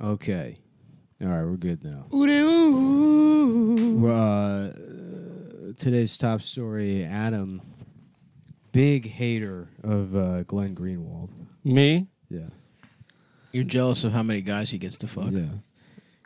Okay. All right, we're good now. ooh. Uh, today's top story Adam, big hater of uh, Glenn Greenwald. Me? Yeah. You're jealous of how many guys he gets to fuck. Yeah.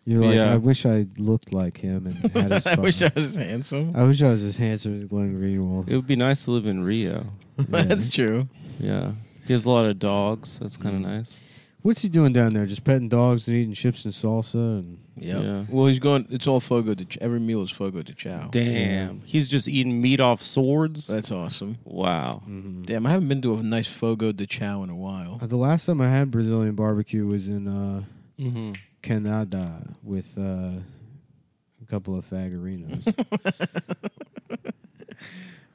You're like, Yeah. I wish I looked like him and had his I fucking- wish I was handsome. I wish I was as handsome as Glenn Greenwald. It would be nice to live in Rio. Yeah. That's true. Yeah. He has a lot of dogs. That's kind of nice. What's he doing down there? Just petting dogs and eating chips and salsa and Yep. Yeah. Well, he's going. It's all Fogo to. Ch- every meal is Fogo to Chow. Damn. He's just eating meat off swords? That's awesome. wow. Damn, I haven't been to a nice Fogo de Chow in a while. Uh, the last time I had Brazilian barbecue was in uh, Mm-hmm. Canada with uh, a couple of fagarinos.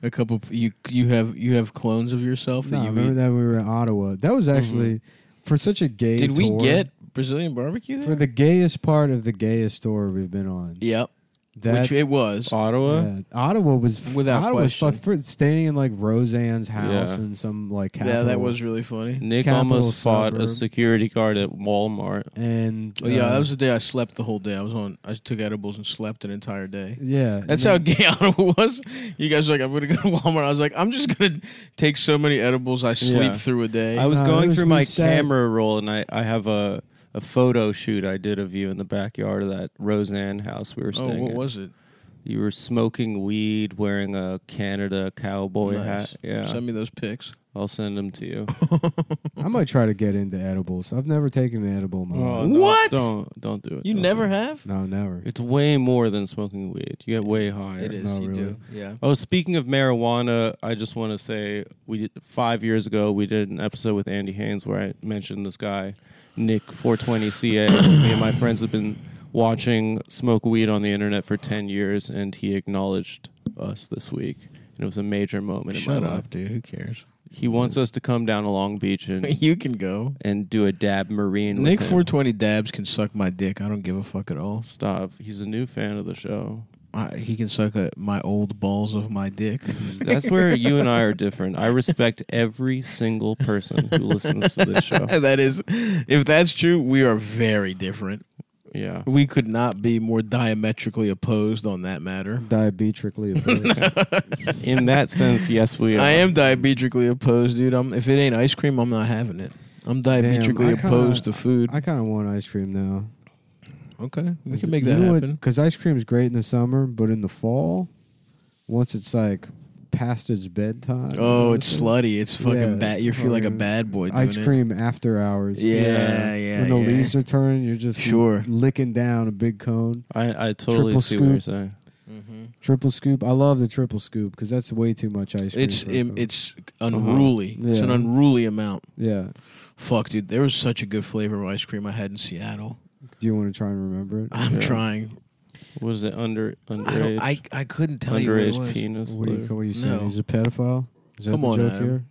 A couple you you have you have clones of yourself no, that I you remember eat. Mm-hmm. that we were in Ottawa. That was actually for such a gay. Did we tour- get Brazilian barbecue there? for the gayest part of the gayest tour we've been on? yep, That which it was. Ottawa? yeah, Ottawa was Without Ottawa was question. fucked for staying in like Roseanne's house Yeah. in some like yeah, capital, that was really funny. Nick Capital almost fought a suburb. security guard at Walmart. and Oh yeah, uh, that was the day I slept the whole day. I was on. I took edibles and slept an entire day. yeah. That's and how gay Ottawa was. You guys were like, I'm gonna go to Walmart. I was like, I'm just gonna take so many edibles I sleep Yeah. through a day. I was No, it going was- through we my sat- camera roll, and I, I have a, a photo shoot I did of you in the backyard of that Roseanne house we were oh, staying what at. was it? you were smoking weed, wearing a Canada cowboy Nice. hat. Yeah, Send me those pics. I'll send them to you. I might try to get into edibles. I've never taken an edible in my life. no. What? Don't don't do it. You Don't never do it. have. No, never. It's way more than smoking weed. You get way higher. It is. No, you really. do. Yeah. Oh, speaking of marijuana, I just want to say we did, five years ago we did an episode with Andy Haynes where I mentioned this guy, Nick 420CA. Me and my friends have been watching smoke weed on the internet for ten years, and he acknowledged us this week, and it was a major moment in Shut my life. up, dude. Who cares? He wants us to come down to Long Beach and, you can go. and do a dab marine. Nick with him. 420 Dabs can suck my dick. I don't give a fuck at all. Stop. He's a new fan of the show. I, he can suck a, my old balls of my dick. That's where you and I are different. I respect every single person who listens to this show. that is, if that's true, we are very different. Yeah. We could not be more diametrically opposed on that matter. Diabetically opposed. In that sense, yes, we are. I am diabetrically opposed, dude. I'm, if it ain't ice cream, I'm not having it. I'm diabetrically I kinda- opposed to food. I kind of want ice cream now. okay, we can make that happen. Because ice cream's great in the summer, but in the fall, once it's like past its bedtime. Oh, it's slutty. It's fucking Yeah, bad. You feel like a fucking bad boy. Doing ice it. cream after hours. Yeah, yeah. when the yeah. leaves are turning, you're just Sure. licking down a big cone, I, I totally Triple see what you're scoop. saying. Mm-hmm. triple scoop. I love the triple scoop because that's way too much ice cream. It's for a im- cone. it's unruly. It's an Uh-huh. Yeah. unruly amount. yeah. Fuck, dude, there was such a good flavor of ice cream I had in Seattle. Do you want to try and remember it? I'm Yeah. trying. What is it? Under I, underage don't, I I couldn't tell you what it underage was. penis. What do you flavor? what do you say? No. He's a pedophile. Is that Come the on, joke Adam. here?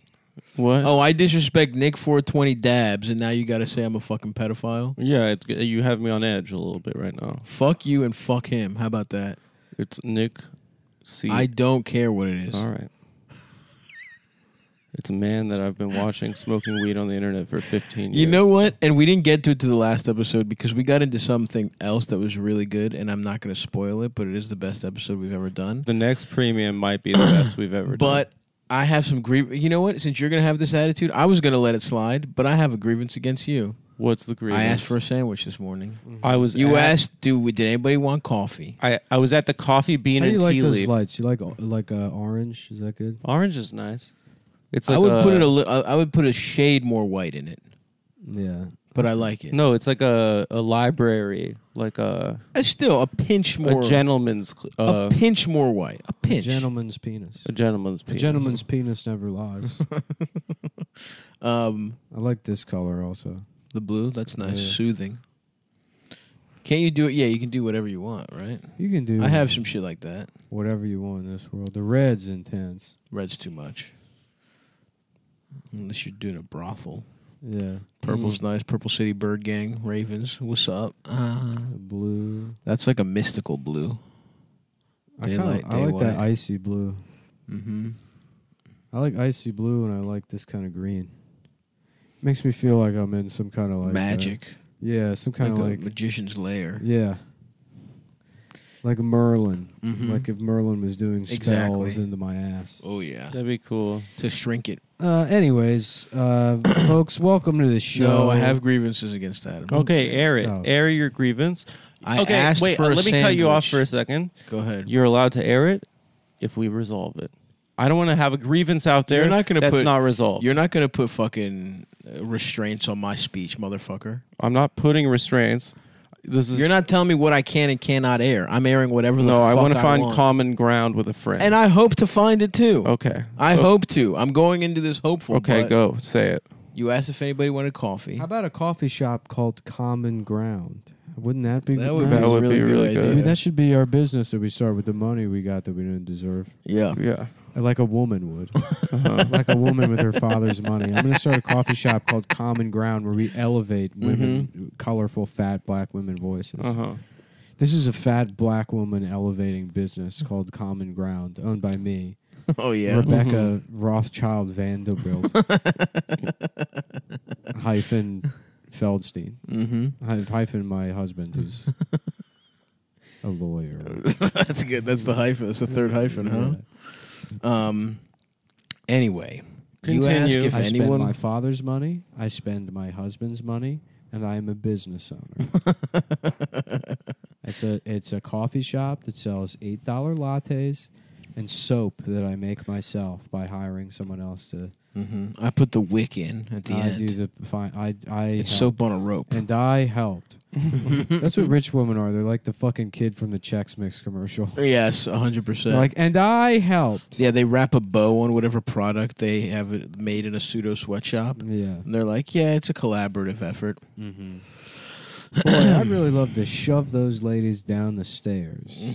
what? Oh, I disrespect Nick 420 Dabs, and now you got to say I'm a fucking pedophile. yeah. It's, g- you have me on edge a little bit right now. Fuck you and fuck him. How about that? It's Nick C. I don't care what it is. All right. It's a man that I've been watching smoking weed on the internet for 15 years. You know what? And we didn't get to it to the last episode because we got into something else that was really good, and I'm not going to spoil it, but it is the best episode we've ever done. The next premium might be the best we've ever But I have some grievance. You know what? Since you're going to have this attitude, I was going to let it slide, but I have a grievance against you. done. What's the grievance? I asked for a sandwich this morning. I was. You at- asked, do we, did anybody want coffee? I, I was at the coffee bean How do and you like tea those leaf. lights? You like o- like uh, orange? Is that good? Orange is nice. It's like I would a, put it a li- I I would put a shade more white in it, Yeah. but I like it. no. It's like a, a library, like a Uh, still a pinch more a gentleman's cl- uh, a pinch more white. A pinch. Gentleman's penis. a gentleman's A penis. gentleman's penis never lies. Um I like this color also. the blue, that's nice, Yeah. soothing. Can't you do it? Yeah, you can do whatever you want, right? You can do I have some shit like that. whatever you want in this world. The red's intense. Red's too much. Unless you're doing a brothel. Yeah. Purple's nice. Purple City Bird Gang, Ravens. What's up? Uh, The blue. that's like a mystical blue. Daylight, I, kinda, I like that daylight. icy blue. Mm-hmm. I like icy blue and I like this kind of green. Makes me feel like I'm in some kind of like uh, Magic. Yeah, some kind of like like, a magician's lair. yeah, like Merlin. Mhm. Like if Merlin was doing spells Exactly. into my ass. Oh yeah, That'd be cool. to shrink it. Uh, anyways, uh, folks, welcome to the show. No, I have grievances against Adam. Okay, air it. Oh. Air your grievance. I okay, asked wait. for uh, a let me cut you off sandwich. for a second. Go ahead. You're allowed to air it if we resolve it. I don't want to have a grievance out there. You're not gonna that's put- not resolved. You're not gonna put fucking uh, restraints on my speech, motherfucker. I'm not putting restraints. This is You're not telling me what I can and cannot air. I'm airing whatever the No, fuck I want to find common ground with a friend. and I hope to find it too. okay, I So- hope to. I'm going into this hopeful. Okay, but go say it. You asked if anybody wanted coffee. How about a coffee shop called Common Ground? Wouldn't that be That would nice? be That a would really, be really good. good. Maybe idea. that should be our business that we start with the money we got that we didn't deserve. Uh, yeah. Yeah. Like a woman would. Uh-huh. like a woman with her father's money. I'm going to start a coffee shop called Common Ground where we elevate Mm-hmm. women, colorful, fat, black women voices. Uh-huh. Uh huh. This is a fat black woman elevating business called Common Ground, owned by me, Oh yeah. Mm-hmm. Rebecca Rothschild Vanderbilt hyphen Feldstein Mm-hmm. hy- hyphen my husband who's a lawyer. That's good. That's the hyphen. That's the third hyphen, huh? Um. Anyway, you ask Continue. if I anyone. spend my father's money. I spend my husband's money, and I am a business owner. it's a it's a coffee shop that sells eight dollar lattes and soap that I make myself by hiring someone else to. Mhm. I put the wick in at the I end. do the fine. I I it's help. soap on a rope. and I helped. That's what rich women are. They're like the fucking kid from the Chex Mix commercial. yes, hundred percent. They're like, and I helped. yeah, they wrap a bow on whatever product they have it made in a pseudo sweatshop, Yeah. and they're like, "Yeah, it's a collaborative effort." Mm-hmm. Boy, I'd really love to shove those ladies down the stairs.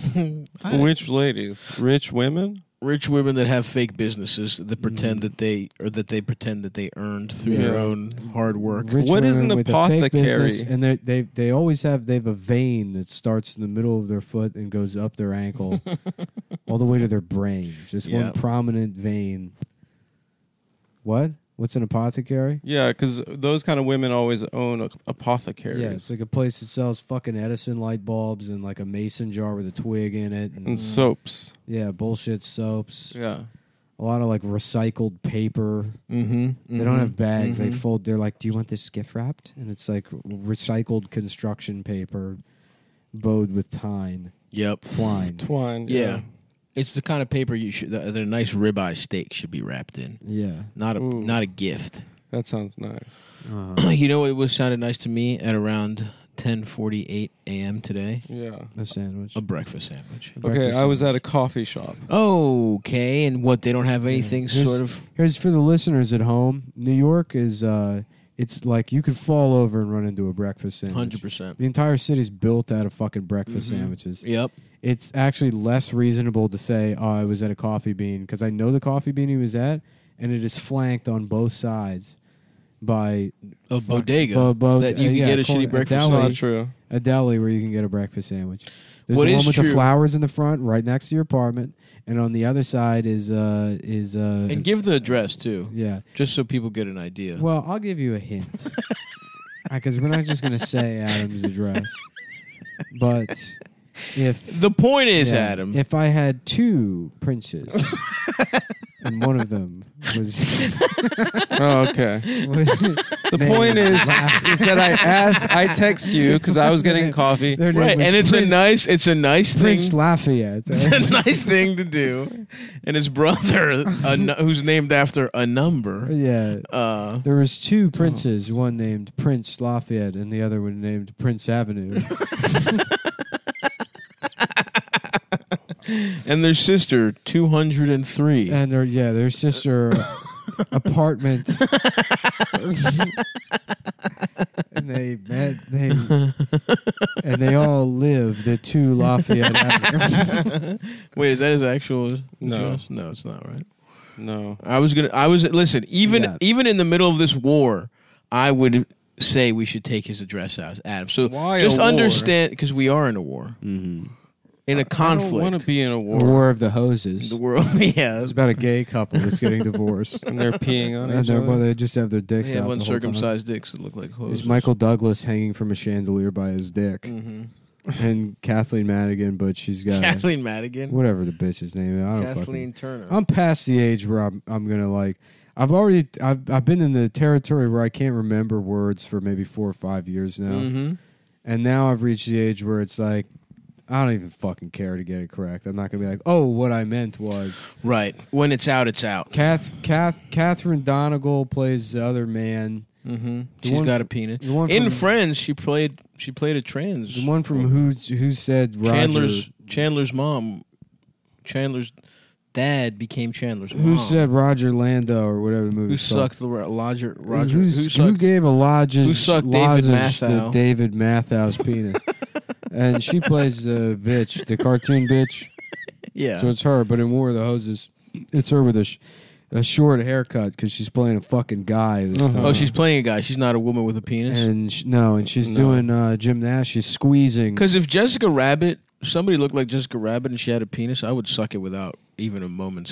Which ladies? Rich women? Rich women that have fake businesses that Mm-hmm. pretend that they or that they pretend that they earned through their Yeah. own hard work. Rich What is women an with a fake apothecary? business, and they they they always have they have a vein that starts in the middle of their foot and goes up their ankle, all the way to their brain. Just Yeah. one prominent vein. What? What's an apothecary? Yeah, because those kind of women always own a- apothecaries. Yeah, it's like a place that sells fucking Edison light bulbs and like a mason jar with a twig in it, and, and soaps. yeah, bullshit soaps, Yeah. a lot of like recycled paper. Mm-hmm. They don't have bags. Mm-hmm. They fold. They're like, "Do you want this gift wrapped?" And it's like recycled construction paper, bowed with twine. Yep. Twine. mm-hmm. Twine. Yeah. It's the kind of paper you should that, that a nice ribeye steak should be wrapped in. Yeah. Not a Ooh. not a gift. That sounds nice. Uh-huh. you know what was sounded nice to me at around 10:48 a.m. today? Yeah. A sandwich. A breakfast sandwich. Okay, breakfast I was sandwich. at a coffee shop. Okay, and what they don't have anything Here's- sort of Here's for the listeners at home. New York is. uh It's like you could fall over and run into a breakfast sandwich. 100%. The entire city's built out of fucking breakfast Mm-hmm. sandwiches. Yep. It's actually less reasonable to say, "Oh, I was at a coffee bean," because I know the coffee bean he was at, and it is flanked on both sides by A bodega Bo- bo- that you uh, can yeah, get a corn- shitty a breakfast deli. sandwich. Not true. a deli where you can get a breakfast sandwich. There's What the one is with true- the flowers in the front, right next to your apartment, and on the other side is uh is uh And give the address too, yeah. just so people get an idea. Well, I'll give you a hint because we're not just gonna say Adam's address, but if the point is, yeah, Adam, if I had two princes and one of them was Oh, okay. was The point is, is that I asked, I text you because I was getting coffee. their name right? was And it's a Prince- nice, it's a nice thing. Prince Lafayette. It's a nice thing to do. And his brother, a nu- who's named after a number, yeah. uh, There was two princes, one named Prince Lafayette and the other one named Prince Avenue. and their sister, 203. and their yeah, their sister apartment. and they met they and they all lived at two Lafayette Avenue. Wait, is that his actual? No. address? no, it's not right. No. I was gonna. I was listen. Even Yeah. even in the middle of this war, I would say we should take his address out, Adam. So Why a just war? understand because we are in a war. in a conflict. I want to be in a war. War of the Hoses. the world. yeah, It's about a gay couple that's getting divorced. And they're peeing on and each they're, well, other. they just have their dicks they have out. the whole time. uncircumcised dicks that look like hoes. Is Michael Douglas hanging from a chandelier by his dick, hmm and Kathleen Madigan, but she's got a- Kathleen Madigan, whatever the bitch's name. Is. I don't fucking. Kathleen Turner. I'm past the age where I'm I'm gonna like. I've already I've I've been in the territory where I can't remember words for maybe four or five years now, Mhm. and now I've reached the age where it's like. I don't even fucking care to get it correct. I'm not gonna be like, oh, what I meant was Right when it's out, it's out. Kath Kath Catherine Donegal plays the other man. Mm-hmm. The She's one got a f- penis. the one In from- Friends, she played she played a trans. The one from who's who said Roger, Chandler's Chandler's mom, Chandler's dad became Chandler's who mom. said Roger Lando or whatever the movie. who was called. sucked the Ro- Roger Roger Who's- who who, sucked gave a lozenge, who sucked David lozenge to Matthau? David Mathau's penis? and she plays the bitch, the cartoon bitch. yeah So uh, it's her, but in War of the Hoses, it's her with a, sh- a short haircut because she's playing a fucking guy this time. oh she's playing a guy she's not a woman with a penis and sh- no, and she's No. doing uh, gymnastics. She's squeezing. because if Jessica Rabbit somebody looked like Jessica Rabbit and she had a penis I would suck it without even a moment's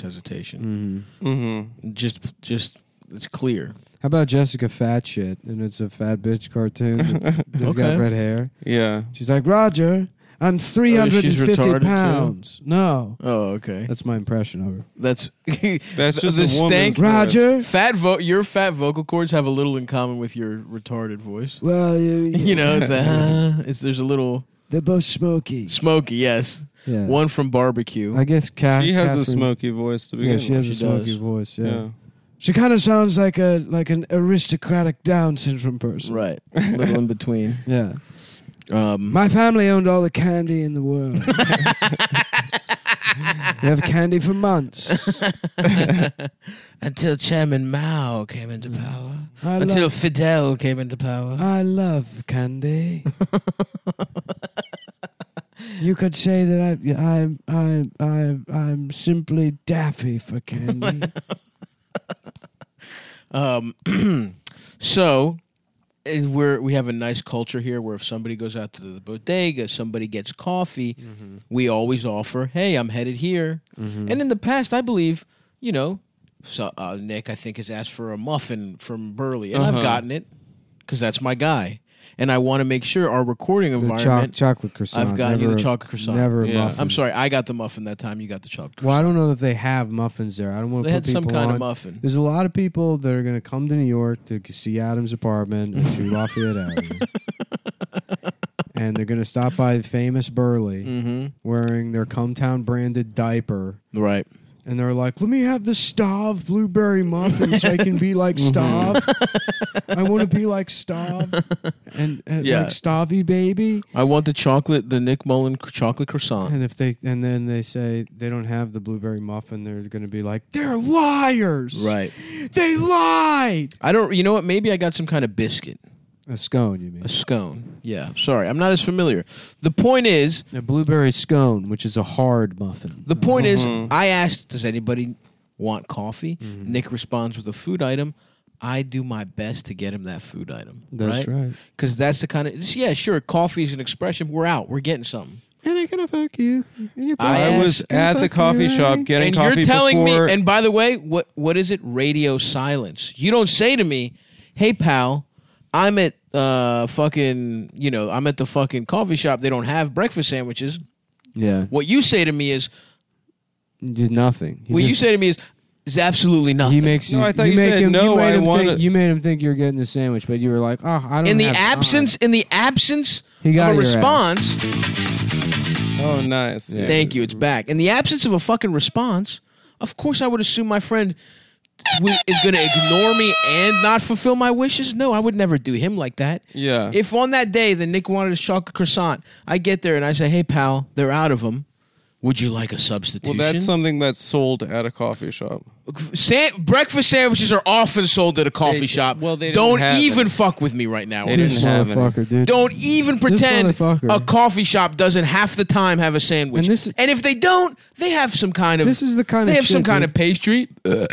Mhm. hesitation Mm-hmm. just just it's clear How about Jessica Fat Shit? And it's a fat bitch cartoon that's, that's Okay. Oh, got red hair. Yeah. She's like, Roger, I'm 350 retarded, too? pounds. No. oh okay That's my impression of her. that's That's just the a stank woman's voice. Roger. fat vo- your fat vocal cords have a little in common with your retarded voice Well, you know it's a uh, it's there's a little they're both smoky. smoky yes Yeah. one from barbecue I guess Cat. She has Catherine, a smoky voice to begin Yeah, she with. has a She smoky does. voice. Yeah. yeah. She kind of sounds like a like an aristocratic Down syndrome person. right little in between Yeah. um My family owned all the candy in the world. they have candy for months. Until Chairman Mao came into Mm. power. I Until love, Fidel came into power. I love candy. you could say that I I I I I'm simply daffy for candy. Uh, Um, so is we're, we have a nice culture here where if somebody goes out to the bodega, somebody gets coffee, we always offer, hey, I'm headed here. And Mm. in the past, I believe, you know, so, uh, Nick, I think, has asked for a muffin from Burley, and I've Uh-huh. gotten it because that's my guy. And I want to make sure our recording the environment. cho- chocolate croissant. I've gotten you the never- chocolate croissant. Never a Yeah. muffin. I'm sorry, I got the muffin that time. You got the chocolate. Well, I don't know if they have muffins there. I don't want They to put had some people kind on. of muffin. There's a lot of people that are going to come to New York to see Adam's apartment and to Lafayette Avenue. And they're going to stop by famous Burley Mm-hmm. wearing their Cumtown branded diaper. Right. And they're like, let me have the Stav blueberry muffin so I can be like Mm-hmm. Stav. I want to be like Stav. And, and Yeah. like Stavy baby. I want the chocolate, the Nick Mullen c- chocolate croissant. And if they and then they say they don't have the blueberry muffin, they're going to be like, they're liars. Right. They lied. I don't. You know what? Maybe I got some kind of biscuit, A scone, you mean? a scone. Yeah. Sorry, I'm not as familiar. The point is, A blueberry scone, which is a hard muffin. the point is, Mhm. I asked, does anybody want coffee? Nick responds with a food item. I do my best to get him that food item. That's right. Because that's the kind of yeah, sure. Coffee is an expression. We're out. We're getting something. And I'm gonna fuck you. I I, was asked- at the coffee shop getting and coffee you're telling before. me and by the way what what is it radio silence you don't say to me hey pal i'm at uh fucking you know i'm at the fucking coffee shop they don't have breakfast sandwiches yeah, what you say to me is did nothing. He what you just- say to me is is absolutely nothing He makes you. No, I thought you make said, him, "No, You made I him wanna- Think, you made him think you're getting the sandwich, but you were like, "Oh, I don't." Mm, in the have time." absence in the absence He got of a your ass. response oh, nice. Yeah. Thank you. It's back. In the absence of a fucking response, of course I would assume my friend w- is going to ignore me and not fulfill my wishes. No, I would never do him like that. Yeah. If on that day that Nick wanted his chocolate croissant, I get there and I say, "Hey, pal, they're out of them. Would you like a well, substitution?" that's something that's sold at a coffee shop. Sa- breakfast sandwiches are often sold at a coffee They- shop. well, they didn't don't have even them. fuck with me right now. They on this. This didn't have any. motherfucker, dude. Don't even pretend motherfucker. a coffee shop doesn't half the time have a sandwich. And this is- And if they don't, they have some kind of. This is the kind they of have some shit, kind dude. of pastry.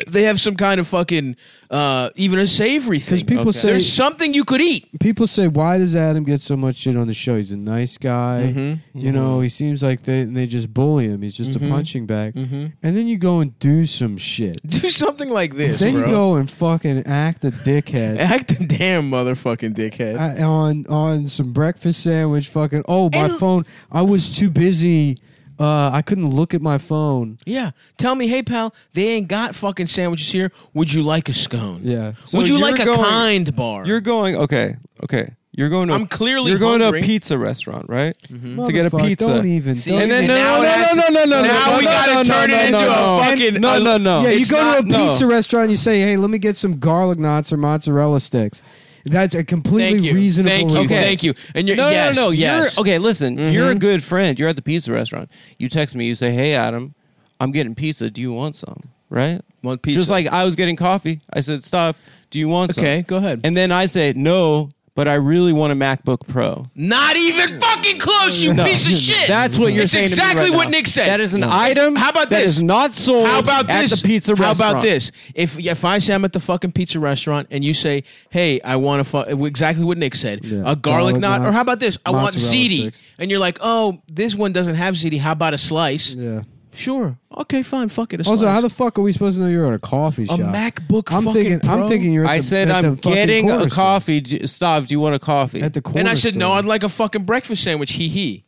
they have some kind of fucking uh, even a savory thing. Because people Okay. say There's something you could eat. people say, why does Adam get so much shit on the show? He's a nice guy. Mm-hmm. You know, he seems like they they just bully him. He's just a punching bag. Mm-hmm. And then you go and do some shit. Do something like this, then bro. you go and fucking act a dickhead. Act a damn motherfucking dickhead. I, on on some breakfast sandwich, fucking. Oh, my And- phone! I was too busy. Uh, I couldn't look at my phone. yeah. Tell me, hey pal, they ain't got fucking sandwiches here. Would you like a scone? Yeah. So Would you you're like a going- kind bar? You're going okay, okay. You're going to. I'm clearly You're going hungry. to a pizza restaurant, right? To get a Mm-hmm. Motherfuck, pizza. Don't even. See, don't And even- then no, And now no, it has no, no, to- no, no, no. now no, we no, gotta no, turn no, it no, into a no. fucking- No, no, no. yeah, you It's go to a not- no. pizza restaurant. You say, "Hey, let me get some garlic knots or mozzarella sticks." That's a completely Thank you. reasonable. Thank you. request. Thank you. And you're no, yes, no, no. Yes. Mm-hmm. You're, okay, listen. You're a good friend. You're at the pizza restaurant. You text me. You say, "Hey, Adam, I'm getting pizza. Do you want some?" Right? Want pizza. Just like I was getting coffee. I said, "Stop. Do you want some?" Okay, go ahead. And then I say, "No, but I really want a MacBook Pro." Not even fucking close, you No. piece of shit. That's what you're it's saying. to me exactly right what now. Nick said. That is an item. How about That this? is not sold. How about at this? The pizza How restaurant. about this? If if I say I'm at the fucking pizza restaurant and you say, "Hey, I want to fuck," exactly what Nick said, Yeah. a garlic Garlic knot, or knots, how about this? I want mozzarella ziti, sticks. and you're like, "Oh, this one doesn't have ziti. How about a slice?" Yeah. Sure, okay, fine, fuck it. A Also, slice. how the fuck are we supposed to know you're at a coffee a shop? MacBook I'm fucking thinking. Pro? I'm thinking you're. At I the, said at I'm the fucking getting corner a store. coffee. Do- Stav, do you want a coffee? at the corner. and I said, "No, store. I'd like a fucking breakfast sandwich." Hee hee.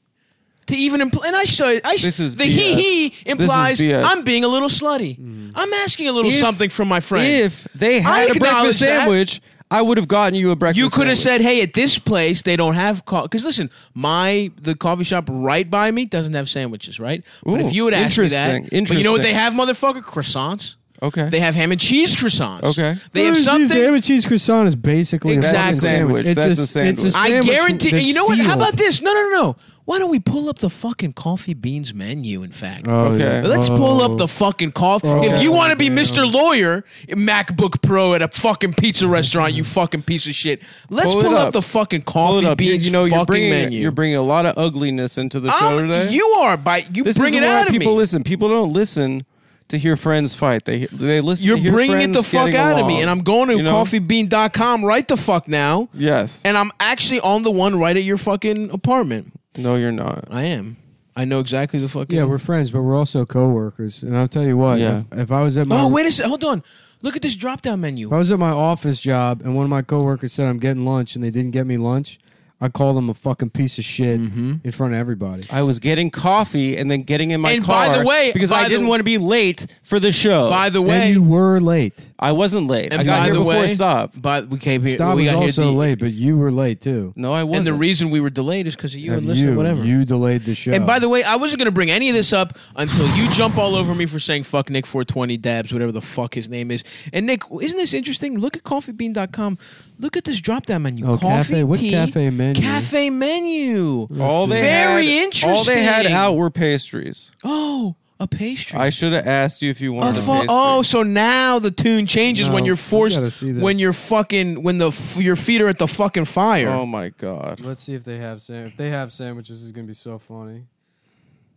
To even impl- and I said, I sh- This is the BS. hee hee implies BS. I'm being a little slutty. I'm asking a little If- something from my friend. If they I had a acknowledge breakfast that. sandwich, I would have gotten you a breakfast. You could have sandwich. said, "Hey, at this place they don't have coffee." Because listen, my the coffee shop right by me doesn't have sandwiches, right? but Ooh, if you would ask me that, interesting, but you know what they interesting. have, motherfucker, croissants. Okay. They have ham and cheese croissants. Okay. They have Cheese- ham something. and cheese croissant is basically Exactly. a fucking sandwich. Sandwich. That's it's a sandwich. It's a I sandwich guarantee. And you know what? that's How about this? No, no, no, no. Why don't we pull up the fucking coffee beans menu? In fact, sealed. Okay. yeah. Let's Oh. pull up the fucking coffee. Oh. if you want to be Mr. Lawyer, MacBook Pro at a fucking pizza restaurant, you fucking piece of shit. Let's Pull pull, it up. up. the fucking Pull coffee it up. You- beans you know, fucking you're bringing menu. you're bringing a lot of ugliness into the show I'm- today. you are by you this bring is it why out of me. people listen. People don't listen to hear friends fight. They they listen. You're to hear bringing it the friends fuck getting out of along, me, and I'm going to you know? coffeebean.com right the fuck now. Yes. And I'm actually on the one right at your fucking apartment. no, you're not. I am. I know exactly the fucking. Yeah, we're friends, but we're also coworkers. And I'll tell you what. Yeah. If, if I was at my oh wait a sec. Hold on. Look at this drop down menu. If I was at my office job and one of my coworkers said I'm getting lunch and they didn't get me lunch, I call them a fucking piece of shit Mm-hmm. in front of everybody. I was getting coffee and then getting in my And by car. the way- because by I the- didn't want to be late for the show. By the way, Then you were late. I wasn't late. And I got by here the before way, stop. But we came here. Stop we was got here also the- late, but you were late too. No, I And wasn't. the reason we were delayed is because of you And and listen, you, whatever. you delayed the show. and by the way, I wasn't going to bring any of this up until you jump all over me for saying fuck Nick 420 Dabs, whatever the fuck his name is. And Nick, isn't this interesting? Look at coffeebean.com. Look at this drop down menu. Oh, Coffee, cafe- what's tea, cafe menu? Cafe menu. all they Very had, interesting. All they had out were pastries. Oh, a pastry. I should have asked you if you A wanted a, fu- pastry. oh, so now the tune changes when No, you're I gotta forced, see this. when you're fucking, when the f- your feet are at the fucking fire. Oh my god. let's see if they have sam- if they have sandwiches is gonna be so funny.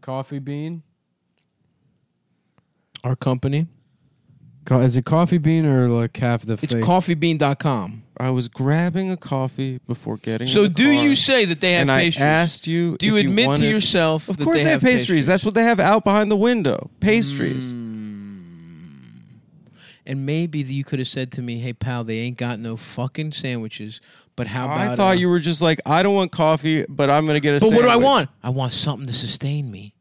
Coffee bean? Our company. is it coffee bean or like half the It's fake? coffeebean.com. I was grabbing a coffee before getting. So in the do car, you say that they have And pastries? I asked you. Do you if admit wanted- to yourself? Of that course they, have pastries. That's what they have out behind the window. Pastries. Mm, And maybe that you could have said to me, "Hey pal, they ain't got no fucking sandwiches." But how about? I thought uh, you were just like, I don't want coffee, but I'm gonna get a. But what do I sandwich." want? I want something to sustain me.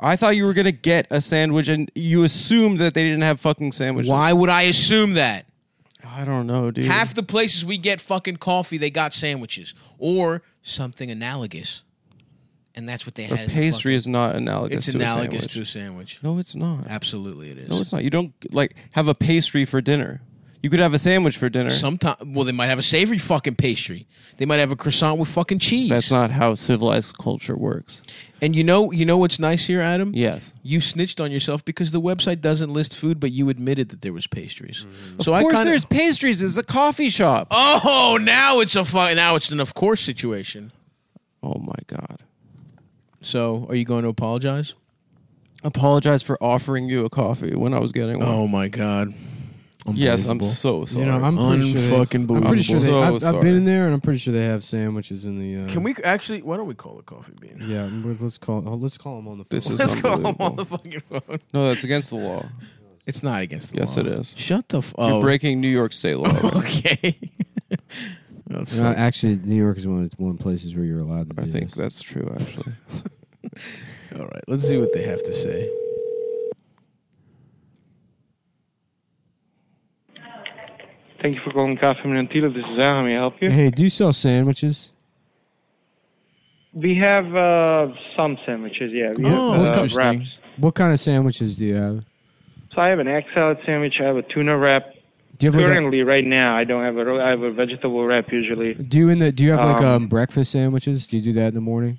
I thought you were gonna get a sandwich, and you assumed that they didn't have fucking sandwiches. Why would I assume that? I don't know, dude. Half the places we get fucking coffee, they got sandwiches or something analogous, and that's what they a had. in the pastry fucking- is not analogous. It's to a analogous sandwich. to a sandwich. No, it's not. Absolutely, it is. No, it's not. You don't like have a pastry for dinner. You could have a sandwich for dinner. Sometimes, well, they might have a savory fucking pastry. They might have a croissant with fucking cheese. That's not how civilized culture works. and you know, you know what's nice here, Adam? Yes. You snitched on yourself because the website doesn't list food, but you admitted that there was pastries. So Mm. Of I course, kinda, there's pastries. It's a coffee shop. Oh, now it's a fu- now it's an of course situation. Oh my god. So, are you going to apologize? Apologize for offering you a coffee when I was getting one. Oh my god. yes, I'm Unbelievable. so sorry. You know, I'm pretty sure. They, Unfucking I'm pretty sure. They, believable. I've, So I've sorry. been in there, and I'm pretty sure they have sandwiches in the. Uh, Can we actually? Why don't we call it coffee bean? Yeah, we're- let's call. Oh, let's call them on the phone. This is Let's call him on unbelievable. the fucking phone. No, that's against the law. It's not against the Yes, law. it is. Shut the fuck. You're breaking New York state law. right? okay. That's No, Uh, actually, New York is one of the one places where you're allowed to do I think this. that's true. Actually, all right. Let's see what they have to say. Thank you for calling Cafe Minantilo. This is Al. How may I help you? Hey, do you sell sandwiches? We have uh, some sandwiches, yeah. We Oh, have uh, interesting. wraps. What kind of sandwiches do you have? So I have an egg salad sandwich. I have a tuna wrap. Do you have like Currently, right now, I don't have a. ro- I have a vegetable wrap a, usually. do you in the do you have like Um, um, breakfast sandwiches? Do you do that in the morning?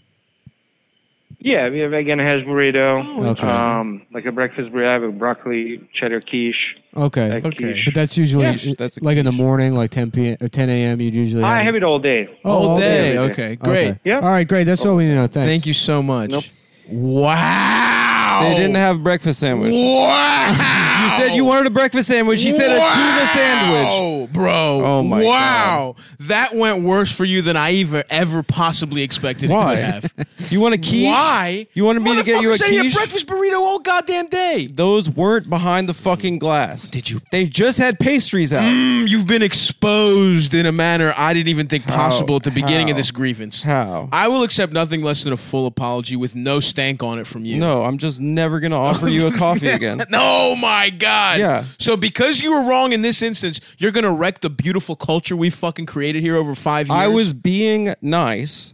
Yeah, we have egg and hash burrito. Oh, interesting. um, like a breakfast burrito. I have a broccoli cheddar quiche. Okay, Egg okay. but quiche. that's usually Yeah, that's a like in the quiche. morning, like uh, 10 p.m. or 10 a.m. You usually. I have it all day. Oh, All day. day. Okay. Great. Okay. Yeah. All right, great. That's all we need to know. Thanks. Thank you so much. Nope. Wow. they didn't have breakfast sandwich. Wow. You said you wanted a breakfast sandwich. You said a tuna sandwich. Oh, bro. Oh, my Wow. That went worse for you than I even ever possibly expected Why? it would have. You want a quiche? Why? You wanted me to get you a Motherfucker said he had quiche? breakfast burrito all goddamn day. Those weren't behind the fucking glass. Did you- They just had pastries out. Mm, you've been exposed in a manner I didn't even think possible at the beginning of How? this grievance. How? I will accept nothing less than a full apology with no stank on it from you. No, I'm just never gonna offer you a coffee again. No, my God. Yeah. So because you were wrong in this instance, you're gonna wreck the beautiful culture we fucking created here over five years. I was being nice,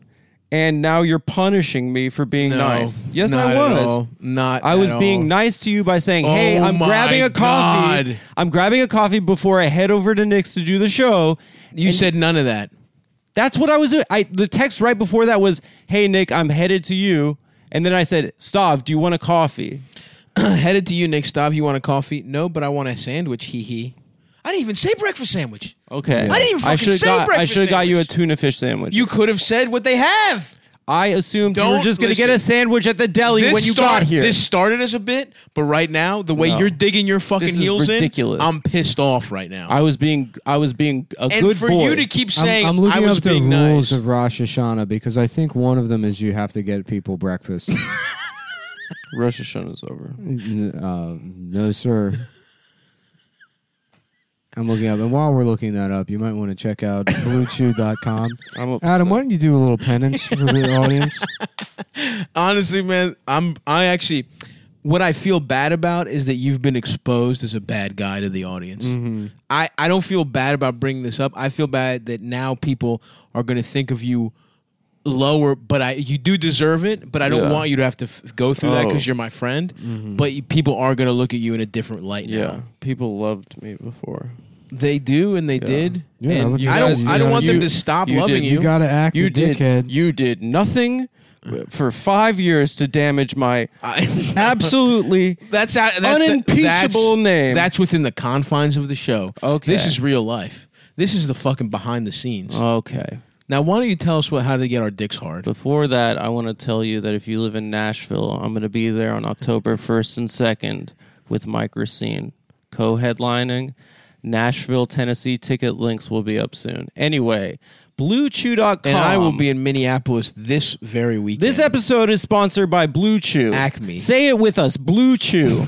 and now you're punishing me for being No. nice. Yes, I Not at was. all. Not. I was at all. being nice to you by saying, "Hey, Oh I'm my grabbing a coffee. God. I'm grabbing a coffee before I head over to Nick's to do the show." You said none of that. That's what I was. doing. I the text right before that was, "Hey Nick, I'm headed to you," and then I said, "Stav, do you want a coffee?" Headed to you, Nick Stav. You want a coffee? No, but I want a sandwich. Hee hee. I didn't even say breakfast sandwich. Okay. I didn't even fucking should've say got, I breakfast should have got you a sandwich. tuna fish sandwich. You could have said what they have. I assumed you were Don't just going to listen. get a sandwich at the deli when you start- got here. This started as a bit, but right now, the way No. you're digging your fucking This is heels in, ridiculous. I'm pissed off right now. I was being I was being a and good for boy. you to keep I'm, saying i I'm looking was up the being rules nice. of Rosh Hashanah because I think one of them is you have to get people breakfast. Rosh Hashanah's over. N- uh, no, sir. I'm looking up, and while we're looking that up, you might want to check out bluechew.com. I'm upset. Adam, why don't you do a little penance for the audience? Honestly, man, I'm I actually what I feel bad about is that you've been exposed as a bad guy to the audience. Mm-hmm. I, I don't feel bad about bringing this up. I feel bad that now people are going to think of you lower, but I you do deserve it. But I don't Yeah. want you to have to f- go through that Oh. Mm-hmm. because you're my friend. But you, people are going to look at you in a different light now. Yeah, people loved me before. They do, and they did. Yeah, And but you I don't. guys- I don't you- want them you- to stop you loving you. did- You got to act You the did. dickhead. You did nothing for five years to damage my I- absolutely. That's out, that's the- Unimpeachable that's- name. That's within the confines of the show. Okay. Oh. this is real life. This is the fucking behind the scenes. okay. now, why don't you tell us what how to get our dicks hard? Before that, I want to tell you that if you live in Nashville, I'm going to be there on October 1st and 2nd with Mike Racine co headlining. Nashville, Tennessee ticket links will be up soon. Anyway, bluechew.com. and I will be in Minneapolis this very weekend. This episode is sponsored by Blue Chew. Acme. Say it with us, Blue Chew.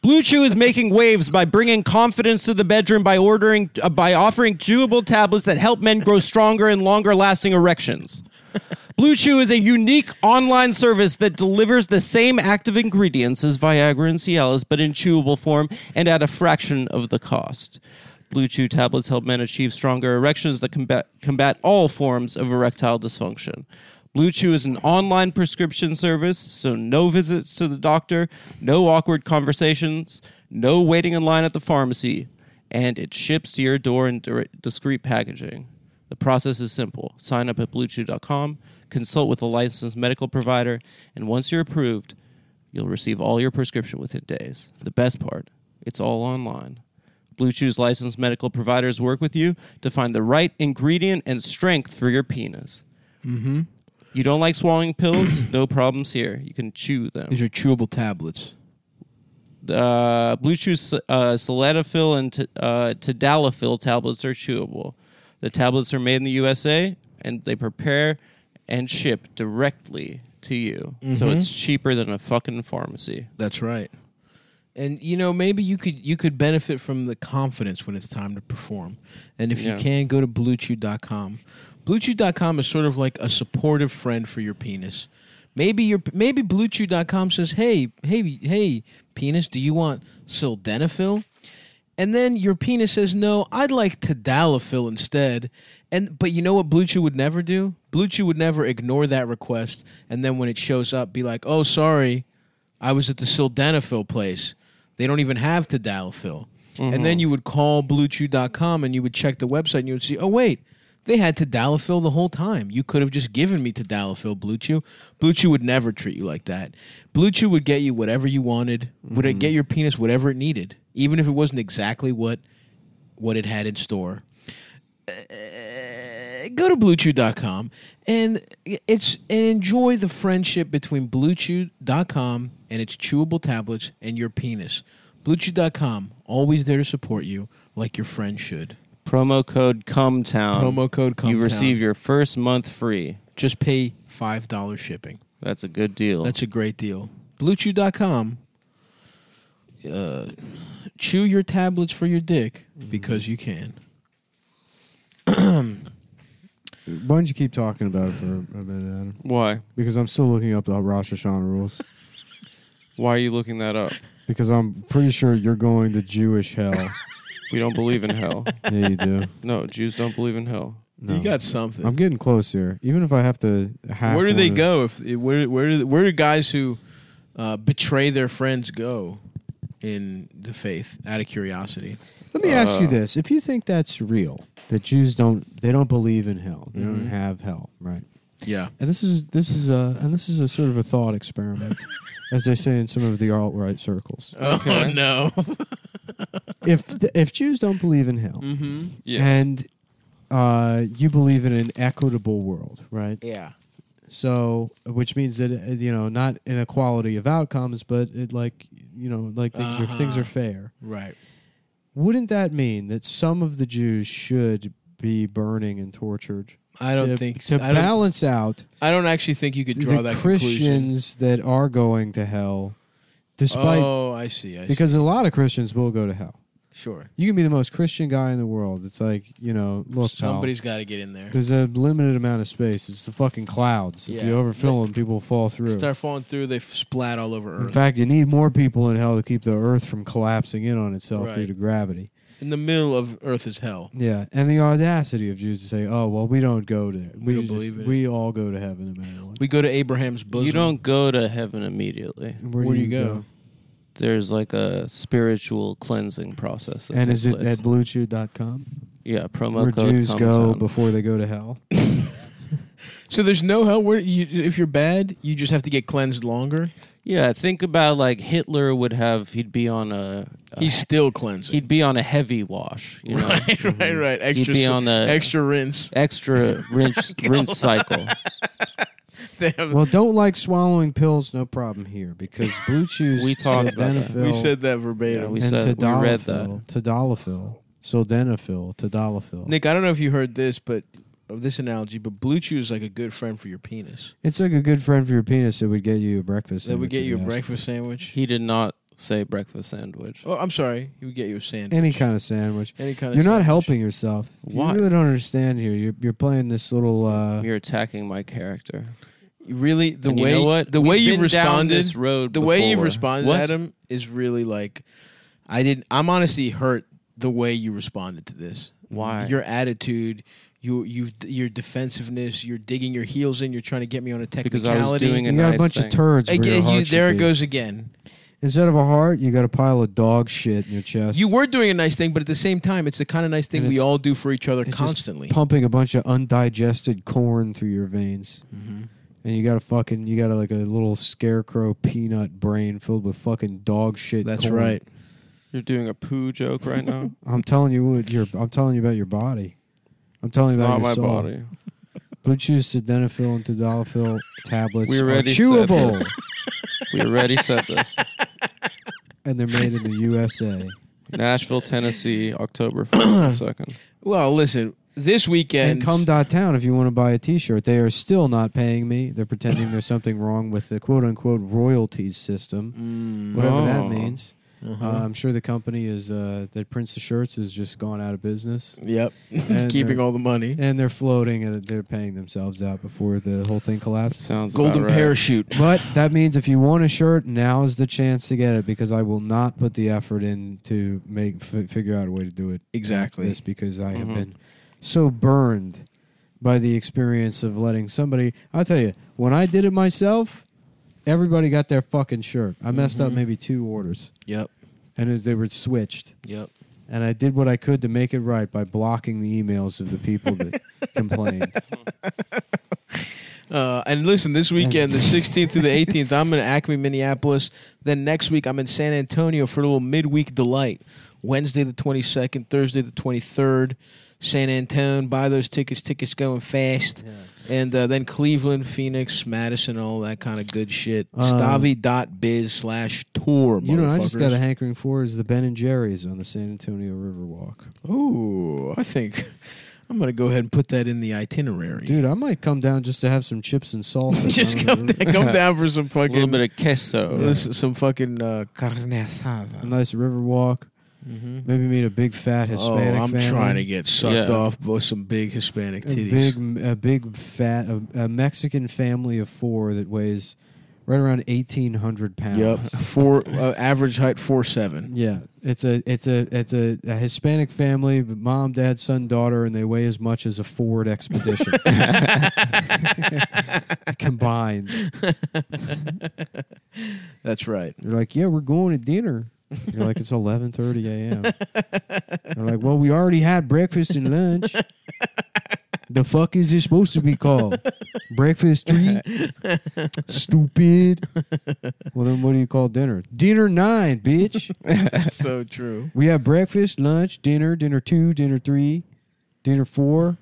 Blue Chew is making waves by bringing confidence to the bedroom by ordering uh, by offering chewable tablets that help men grow stronger and longer lasting erections. Blue Chew is a unique online service that delivers the same active ingredients as Viagra and Cialis, but in chewable form and at a fraction of the cost. Blue Chew tablets help men achieve stronger erections that combat, combat all forms of erectile dysfunction. Blue Chew is an online prescription service, so no visits to the doctor, no awkward conversations, no waiting in line at the pharmacy. and it ships to your door in dire- discreet packaging. The process is simple. Sign up at bluechew.com, consult with a licensed medical provider, and once you're approved, you'll receive all your prescription within days. The best part, it's all online. Blue Chew's licensed medical providers work with you to find the right ingredient and strength for your penis. Mm-hmm. You don't like swallowing pills? no problems here. You can chew them. These are chewable tablets. Uh, Blue Chew's uh, Sildenafil and t- uh, Tadalafil tablets are chewable. The tablets are made in the USA and they prepare and ship directly to you. So Mm-hmm. it's cheaper than a fucking pharmacy. That's right. And you know, maybe you could you could benefit from the confidence when it's time to perform. And if Yeah. you can, go to bluechew.com. Bluechew.com is sort of like a supportive friend for your penis. Maybe your maybe bluechew.com says, "Hey, hey, hey, penis, do you want sildenafil?" And then your penis says, "No, I'd like tadalafil instead." And but you know what Blue Chew would never do? Blue Chew would never ignore that request and then when it shows up be like, "Oh, sorry. I was at the sildenafil place. They don't even have tadalafil." And then you would call bluechew.com and you would check the website and you would see, "Oh, wait. They had tadalafil the whole time. You could have just given me tadalafil Blue Chew. Blue Chew would never treat you like that. Blue Chew would get you whatever you wanted. Would it get your penis whatever it needed, even if it wasn't exactly what what it had in store. Uh, go to bluechew.com and it's and enjoy the friendship between bluechew.com and its chewable tablets and your penis. bluechew.com always there to support you like your friend should. Promo code CUMTOWN. Promo code You Cumtown. receive your first month free. Just pay $5 shipping. That's a good deal. That's a great deal. bluechew.com uh chew your tablets for your dick because you can. Why don't you keep talking about it for a a minute, Adam? Why? Because I'm still looking up the Rosh Hashanah rules. Why are you looking that up? Because I'm pretty sure you're going to Jewish hell. We don't believe in hell. yeah, you do. No, Jews don't believe in hell. No. You got something. I'm getting close here. Even if I have to hack. where do they one of- go? If where where do, where do guys who uh, betray their friends go in the faith? Out of curiosity, Let me ask you Uh, this: If you think that's real, that Jews don't, they don't believe in hell. They Mm-hmm. don't have hell, right? yeah. And this is this is a and this is a sort of a thought experiment, as they say in some of the alt right circles. Oh no, If the, if Jews don't believe in hell, Mm-hmm. Yes. and uh, you believe in an equitable world, right? yeah, So, which means that uh, you know not inequality of outcomes, but it like you know like things are things Uh-huh. are fair. right. Wouldn't that mean that some of the Jews should be burning and tortured? I don't to, think to so. I don't, balance out I don't actually think you could draw the that conclusion. Christians that are going to hell, despite oh, I see. I see. because a lot of Christians will go to hell. sure, You can be the most Christian guy in the world. It's like you know, look, pal, somebody's got to get in there. there's a limited amount of space. It's the fucking clouds. If Yeah. you overfill them, people fall through. Start falling through. They f- splat all over In Earth. fact, you need more people in hell to keep the Earth from collapsing in on itself Right. due to gravity. in the middle of Earth is hell. Yeah, and the audacity of Jews to say, "Oh, well, we don't go to we, don't just- believe in we all go to heaven no matter what." We go to Abraham's bosom. you don't go to heaven immediately. Where do you go? There's like a spiritual cleansing process. That And takes is it place. at bluechew.com? yeah promo where code Jews go CUMTOWN. before they go to hell? So there's no hell. Where you, if you're bad, you just have to get cleansed longer. Yeah, think about like Hitler would have. He'd be on a. a- He's still cleansing. he'd be on a heavy wash. You know, right, right, right. Extra, be s- on the- extra rinse. extra rinse rinse cycle. Damn. well, don't like swallowing pills, no problem here because blue chews We talked about that. sildenafil we said that Yeah, verbatim. we- and said- we read tadalafil, tadalafil, sildenafil, tadalafil. Nick, I don't know if you heard this, but of this analogy, but Blue Chew is like a good friend for your penis. It's like a good friend for your penis that would get you a breakfast. That sandwich would get if you a asked. breakfast sandwich. He did not say breakfast sandwich. Oh, I'm sorry. He would get you a sandwich. Any kind of sandwich. Any kind of You're not sandwich. helping yourself. Why? You really don't understand here. You're, you're playing this little. Uh, You're attacking my character. Really, the And way you know what? the We've way you've been down responded, this road the way you've before. responded, What? Adam, is really like I didn't. I'm honestly hurt the way you responded to this. Why? Your attitude, you you your defensiveness, you're digging your heels in. You're trying to get me on a Because I was technicality. doing you a got a nice bunch thing. of turds. where Again, your you, heart should there it be. goes again. Instead of a heart, you got a pile of dog shit in your chest. You were doing a nice thing, but at the same time, it's the kind of nice thing And we it's- all do for each other It's just constantly. pumping a bunch of undigested corn through your veins. Mm-hmm. And you got a fucking, you got a, like a little scarecrow peanut brain filled with fucking dog shit. That's corn. right. You're doing a poo joke right now. I'm telling you what your. I'm telling you about your body. I'm telling it's you about not your my soul. body. Blue chew, sildenafil, and tadalafil tablets We are already said chewable, this. We already said this. and they're made in the USA. Nashville, Tennessee, October first and second. Well, listen, this weekend. And come dot town if you want to buy a T-shirt. They are still not paying me. They're pretending there's something wrong with the quote unquote royalties system, Mm, whatever that Oh. means. uh uh-huh. I'm sure the company is uh, that prints the shirts has just gone out of business, Yep. And Keeping they're- all the money. and they're floating and they're paying themselves out before the whole thing collapses. Sounds about Golden right. parachute. But that means if you want a shirt, now is the chance to get it because I will not put the effort in to make f- figure out a way to do it. Exactly. Mm-hmm. This because I have Mhm. been so burned by the experience of letting somebody. I'll tell you, when I did it myself, everybody got their fucking shirt. I messed up Mhm. maybe two orders, Yep. and as they were switched. Yep. And I did what I could to make it right by blocking the emails of the people that complained. Uh, and listen, this weekend, the 16th through the 18th, I'm in Acme, Minneapolis. Then next week, I'm in San Antonio for a little midweek delight. Wednesday the 22nd, Thursday the 23rd, San Antonio. Buy those tickets. Tickets going fast. And uh, then Cleveland, Phoenix, Madison, all that kind of good shit. Um, Stavi.biz slash tour. You know, what I just got a motherfuckers. hankering for is the Ben and Jerry's on the San Antonio Riverwalk. Ooh, I think I'm gonna go ahead and put that in the itinerary. Dude, I might come down just to have some chips and salsa. just I don't come know. down, come down for some A little fucking, uh, bit of queso. listen, some fucking uh, carne asada. A nice river walk. Maybe meet a big fat Hispanic. oh, I'm family. trying to get sucked Yeah. off by some big Hispanic a titties. big, a big fat, a, a Mexican family of four that weighs right around eighteen hundred pounds. yep, four uh, average height four seven. Yeah, it's a it's a it's a, a Hispanic family, but mom, dad, son, daughter, and they weigh as much as a Ford Expedition combined. That's right. They're like, "Yeah, we're going to dinner." You're like, "It's 11:30 a.m." They're like, "Well, we already had breakfast and lunch." the fuck is this supposed to be called? breakfast three? Stupid. Well, then what do you call dinner? Dinner nine, bitch. That's so true. We have breakfast, lunch, dinner, dinner two, dinner three, dinner four,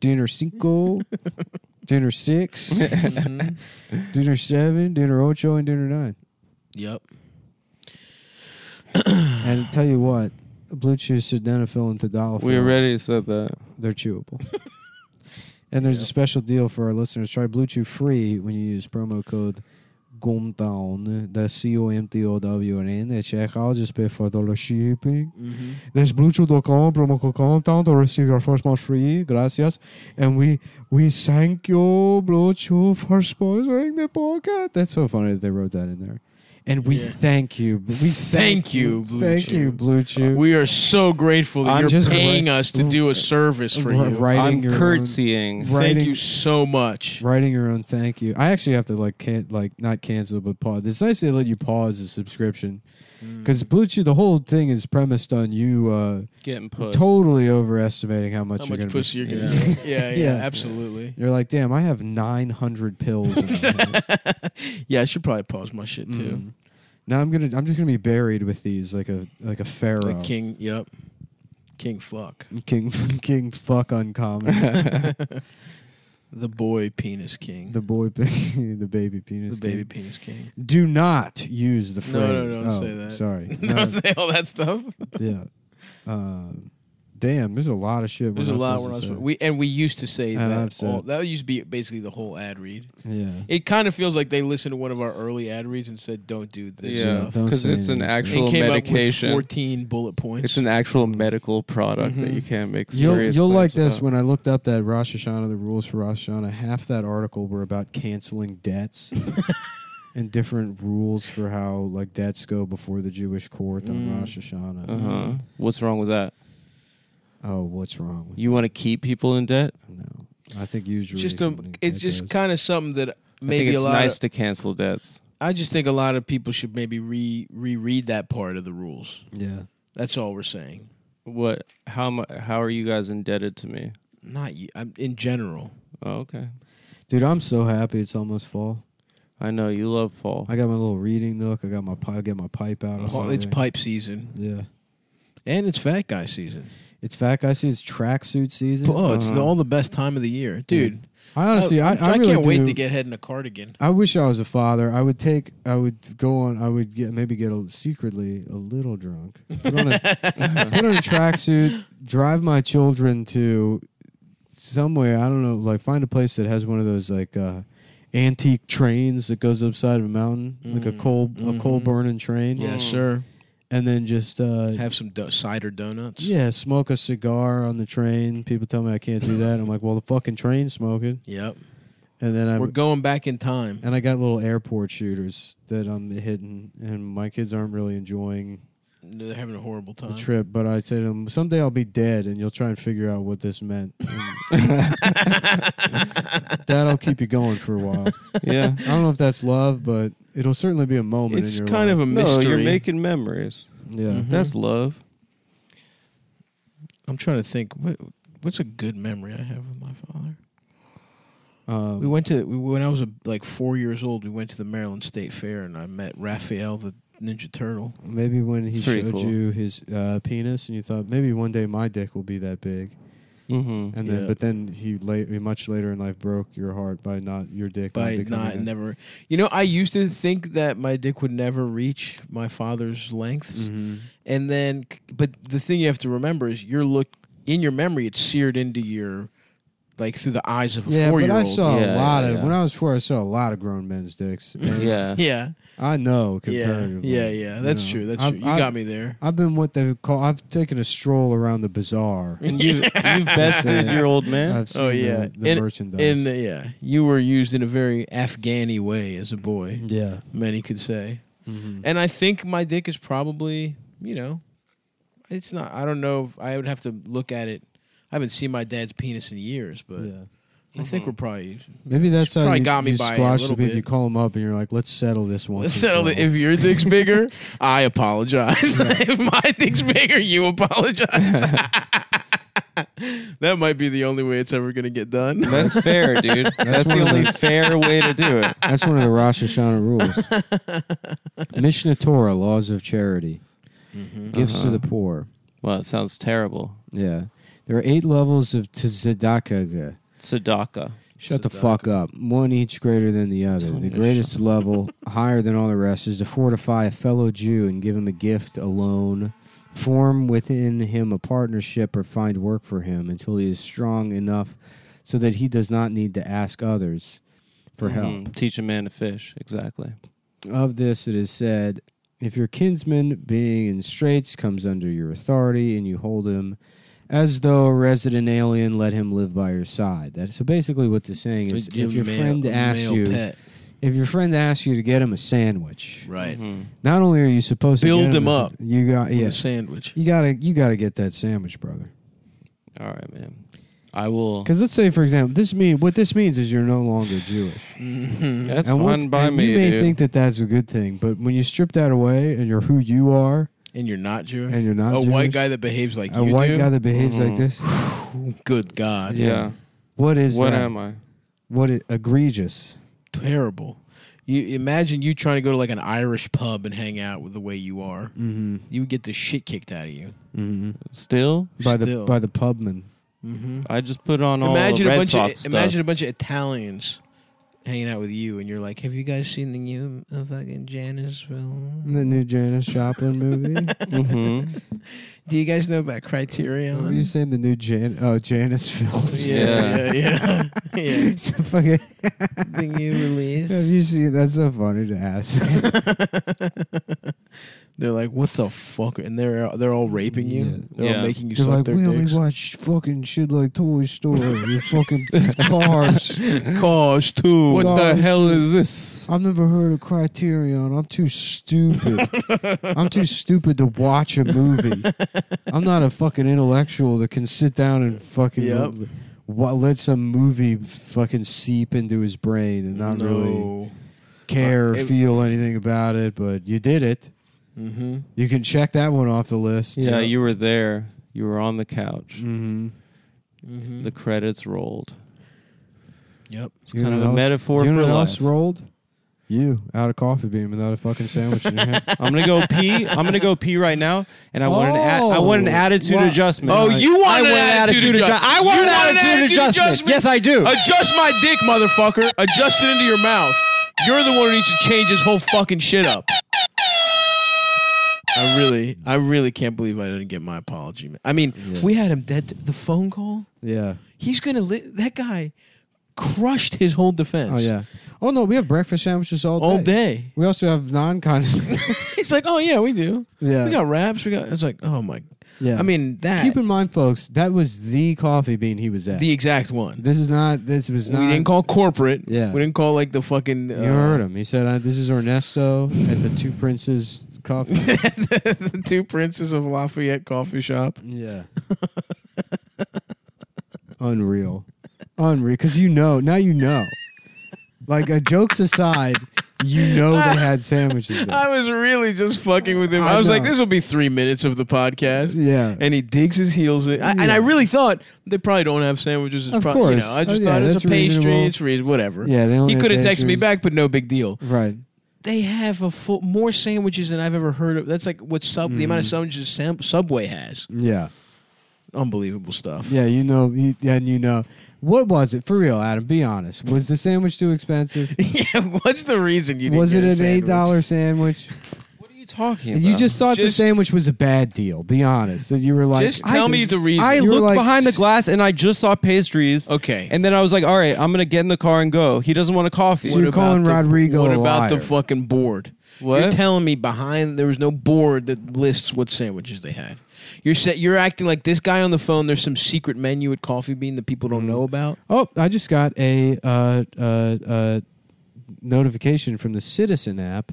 dinner cinco, dinner six, Mm-hmm. Mhm. dinner seven, dinner ocho, and dinner nine. Yep. And tell you what, blue chew, sildenafil, and tadalafil, We already said that. they're chewable. and there's a special deal for our listeners. Try blue chew free when you use promo code GOMTOWN, that's C-O-M-T-O-W-N, at checkout. Just pay $5 shipping. Mm-hmm. There's bluetooth.com, promo code GOMTOWN to receive your first month free. Gracias. And we we thank you, blue chew, for sponsoring the podcast. That's so funny that they wrote that in there. And we Yeah. thank you. We Thank you, Blue thank Chew. you, Blue Chew. We are so grateful that I'm you're just paying right- us to do a service for you. Right- Writing I'm your own- curtsying. writing, Thank you so much. Writing your own thank you. I actually have to like can't like not cancel but pause. It's nice they let you pause the subscription Mm. because Blue Chew. The whole thing is premised on you uh, Getting puss. totally overestimating how much How you're much gonna pussy be- you're gonna? Yeah, yeah, Yeah. absolutely. You're like, damn, I have 900 pills. In my house." Yeah, I should probably pause my shit too. Mm. Now I'm gonna I'm just gonna be buried with these like a like a pharaoh Like King, yep, King fuck. king king fuck uncommon The boy penis king. the boy pe- the baby penis The baby king. penis king. Do not use the phrase. No, no, don't oh, say that. Sorry. No, Don't say all that stuff. yeah. Um, damn, there's a lot of shit. we're There's a not lot we're supposed not to supposed we and we used to say And I've that said all, it. that used to be basically the whole ad read. say. yeah. It kind of feels like they listened to one of our early ad reads and said, "Don't do this Yeah, stuff." Don't because say it's an anything. They actual came medication. up with 14 bullet points. It's an actual medical product that Mhm. you can't make You'll serious you'll like claims this about. when I looked up that Rosh Hashanah, the rules for Rosh Hashanah. Half that article were about canceling debts and different rules for how like debts go before the Jewish court on Mm. Rosh Hashanah. Uh-huh. What's wrong with that? Oh, what's wrong? With You want to keep people in debt? no, I think usually just a, company- it's that just goes- kind of something that I think maybe it's a lot. nice of, to cancel debts. I just think a lot of people should maybe re reread that part of the rules. Yeah. That's all we're saying. What? How mu How are you guys indebted to me? Not you. I'm, in general. Oh, okay. Dude, I'm so happy it's almost fall. I know you love fall. I got my little reading nook. I got my pipe. Get my pipe out. on Well, Oh, it's Sunday. pipe season Yeah. and it's fat guy season. It's fat guy season. It's tracksuit season. Oh, it's Uh-huh. the, all the best time of the year, dude. I honestly, I, I, really can't wait do- to get head in a cardigan. I wish I was a father. I would take. I would go on. I would get maybe get a, secretly a little drunk. Put on a, put on a tracksuit. Drive my children to somewhere. I don't know. Like find a place that has one of those like uh, antique trains that goes upside of a mountain, like a Mm, coal a coal mhm. burning train. Yes, sir. And then just uh, Have some do- cider donuts. yeah, smoke a cigar on the train. People tell me I can't do that. I'm like, well, the fucking train's smoking. Yep. And then I'm We're going back in time. And I got little airport shooters that I'm hitting, and my kids aren't really enjoying They're having a horrible time. the trip. But I say to them, someday I'll be dead, and you'll try and figure out what this meant. And That'll keep you going for a while. yeah. I don't know if that's love, but it'll certainly be a moment. It's in your kind of life. Mm-hmm. a No, mystery. you're making memories. yeah. That's love. I'm trying to think. What what's a good memory I have with my father? Um, Mm-hmm. We went to we, when I was a, like four years old. We went to the Maryland State Fair, and I met Raphael the Ninja Turtle. maybe when he It's pretty showed cool. you his uh, penis, and you thought maybe one day my dick will be that big, Mm-hmm. and then Yeah. but then he late, much later in life broke your heart by not your dick By becoming not a- never, you know, I used to think that my dick would never reach my father's lengths, Mhm. and then, but the thing you have to remember is you're look in your memory. It's seared into your, like through the eyes of a Yeah, four but year I old. saw a Yeah, lot yeah, of yeah. when I was four. I saw a lot of grown men's dicks. And Yeah. yeah, I know yeah, comparatively. yeah, yeah. That's you know. true. That's I've- true. You I've- got me there. I've been what they call. I've taken a stroll around the bazaar. And you, you've bested your old man. I've seen Oh, yeah. the, the And- merchandise. And uh, yeah, you were used in a very Afghani way as a boy, yeah, many could say. Mhm. And I think my dick is probably, you know, it's not. I don't know. If, I would have to look at it. I haven't seen my dad's penis in years, but yeah. Mm-hmm. I think we're probably Maybe that's how probably you, got me you by a squash the little people. bit. You call them up and you're like, "Let's settle this one." Let's settle it. If your dick's bigger, I apologize. if my dick's bigger, you apologize. that might be the only way it's ever going to get done. That's fair, dude. That's the one of only those- fair way to do it. that's one of the Rosh Hashanah rules. Mishnah Torah, laws of charity, Mm-hmm. gifts to Uh-huh. the poor. Well, it sounds terrible. Yeah. There are eight levels of tzedakah. Sadaka. Shut the fuck up. One each greater than the other. Tell me The to greatest level, higher than all the rest, is to fortify a fellow Jew and give him a gift, a loan, form within him a partnership, or find work for him until he is strong enough so that he does not need to ask others for help. Mhm. Teach a man to fish. Exactly. Of this, it is said, If your kinsman, being in straits, comes under your authority and you hold him as though a resident alien, let him live by your side. That, so basically, what they're saying is Give if your male- friend asks male you, pet. if your friend asks you to get him a sandwich, right, Mhm. not only are you supposed to Build get him a- up. You got with Mm-hmm. yeah. a sandwich. You gotta you gotta get that sandwich, brother. All right, man. I will. Because let's say, for example, this mean what this means is you're no longer Jewish. Mm-hmm. Mhm. That's once- fun by and me, You may dude. think that that's a good thing, but when you strip that away and you're who you are, And you're not Jewish. and you're not a white Jewish, guy that behaves like a you white do? guy that behaves like Mhm. this, Good God, yeah. what is What that? am I? What i- egregious? terrible. You imagine you trying to go to like an Irish pub and hang out with the way you are. Mm-hmm. You would get the shit kicked out of you. Mm-hmm. Still? By the Still. by the pubman. Mm-hmm. I just put on all imagine the Red a bunch Sox of stuff. imagine a bunch of Italians hanging out with you, and you're like, "Have you guys seen the new uh, fucking Janice film? The new Janis Joplin movie. Mhm. Do you guys know about What were you Criterion?" saying? The new Jan? Oh, Janis films. yeah, yeah, yeah. yeah. Fucking- the new have release. you seen? That's so funny to ask. they're like, "What the fuck?" And they're they're all raping you. Yeah. They're Yeah. all making you They're suck like, their we only dicks. watch fucking shit like Toy Story, and fucking cars. Cars too. What the Gosh. hell is this? I've never heard of Criterion. I'm too stupid. I'm too stupid to watch a movie. I'm not a fucking intellectual that can sit down and fucking Yep. wa- let some movie fucking seep into his brain and not really care or it- feel anything about it, but you did it. Mm-hmm. You can check that one off the list. Yeah, you were there. You were on the couch. Mm-hmm. Mm-hmm. The credits rolled. Yep. It's kind of a metaphor you for know what life. else rolled. You out of coffee bean without a fucking sandwich in your hand. I'm gonna go pee. I'm gonna go pee right now, and I want an a- I Oh, want an attitude wow. adjustment. Oh, you want I an attitude adju- adjust- I want You an want an attitude, attitude adjustment? adjustment. Yes, I do. Adjust my dick, motherfucker. Adjust it into your mouth. You're the one who needs to change this whole fucking shit up. I really, I really can't believe I didn't get my apology. man. I mean, we had him dead. The phone call. yeah. He's gonna. Li- that guy crushed his whole defense. Oh yeah. Oh no, we have breakfast sandwiches all day. all day. We also have non-condescending. He's like, oh yeah, we do. yeah. We got raps. We got. It's like, oh my. yeah. I mean that. keep in mind, folks, that was the coffee bean he was at. the exact one. this is not. This was not. we didn't call corporate. Yeah. We didn't call like the fucking. Uh, You heard him. He said, uh, "This is Ernesto at the Two Princes Coffee." the two princes of Lafayette coffee shop. yeah. Unreal, unreal. Because you know now, you know. Like uh, jokes aside, you know they had sandwiches. There. I was really just fucking with him. I I, was like, know. this will be three minutes of the podcast. Yeah. And he digs his heels in. I, And I Yeah. really thought they probably don't have sandwiches. It's Of probably, You course. know, I just Oh, yeah, thought it's that's a pastry. reasonable. It's reasonable. Whatever. Yeah, they only He had could have texted me pastries. back, but no big deal. Right. They have a full, more sandwiches than I've ever heard of. That's like what sub the Mm. amount of sandwiches Sam, Subway has. Yeah. Unbelievable stuff. Yeah. You know. You, and you know. What was it for real, Adam? Be honest. Was the sandwich too expensive? Yeah, what's the reason you didn't Was get it a an sandwich? eight dollar sandwich? What are you talking about? You just thought Just- the sandwich was a bad deal. Be honest. That you were like, Just tell I- me the reason. I You were looked like- behind the glass and I just saw pastries. Okay. And then I was like, all right, I'm going to get in the car and go. He doesn't want a coffee. So you're about calling the- Rodrigo What a about the liar. fucking board? You're What? telling me behind there was no board that lists what sandwiches they had. You're set, you're acting like this guy on the phone. There's some secret menu at Coffee Bean that people don't know about. Oh, I just got a uh, uh, uh, notification from the Citizen app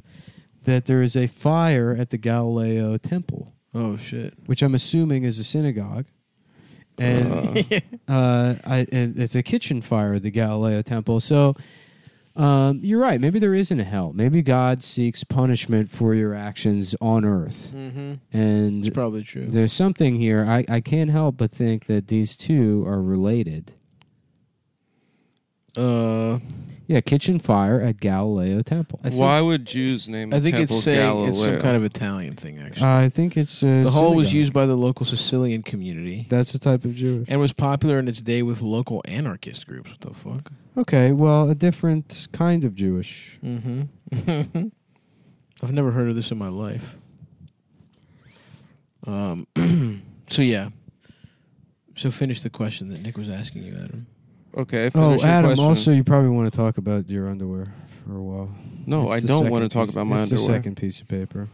that there is a fire at the Galileo Temple, Oh shit! which I'm assuming is a synagogue. And Uh-huh. uh, I, and it's a kitchen fire at the Galileo Temple. So um, you're right. Maybe there isn't a hell. Maybe God seeks punishment for your actions on earth. Mm-hmm. And It's probably true. There's something here. I, I can't help but think that these two are related. Uh, Yeah, kitchen fire at Galileo Temple. I think, Why would Jews name I think the temple it's saying Galileo? it's some kind of Italian thing. Actually, I think it's uh, the hall was synagogue. used by the local Sicilian community That's the type of Jewish. and was popular in its day with local anarchist groups. What the fuck? Okay, well, a different kind of Jewish. Mm-hmm. I've never heard of this in my life. Um. so yeah. So finish the question that Nick was asking you, Adam. Okay. Oh, finish your Adam. question. Also, you probably want to talk about your underwear for a while. No, It's I the don't second want to talk piece- about my it's The underwear. second piece of paper.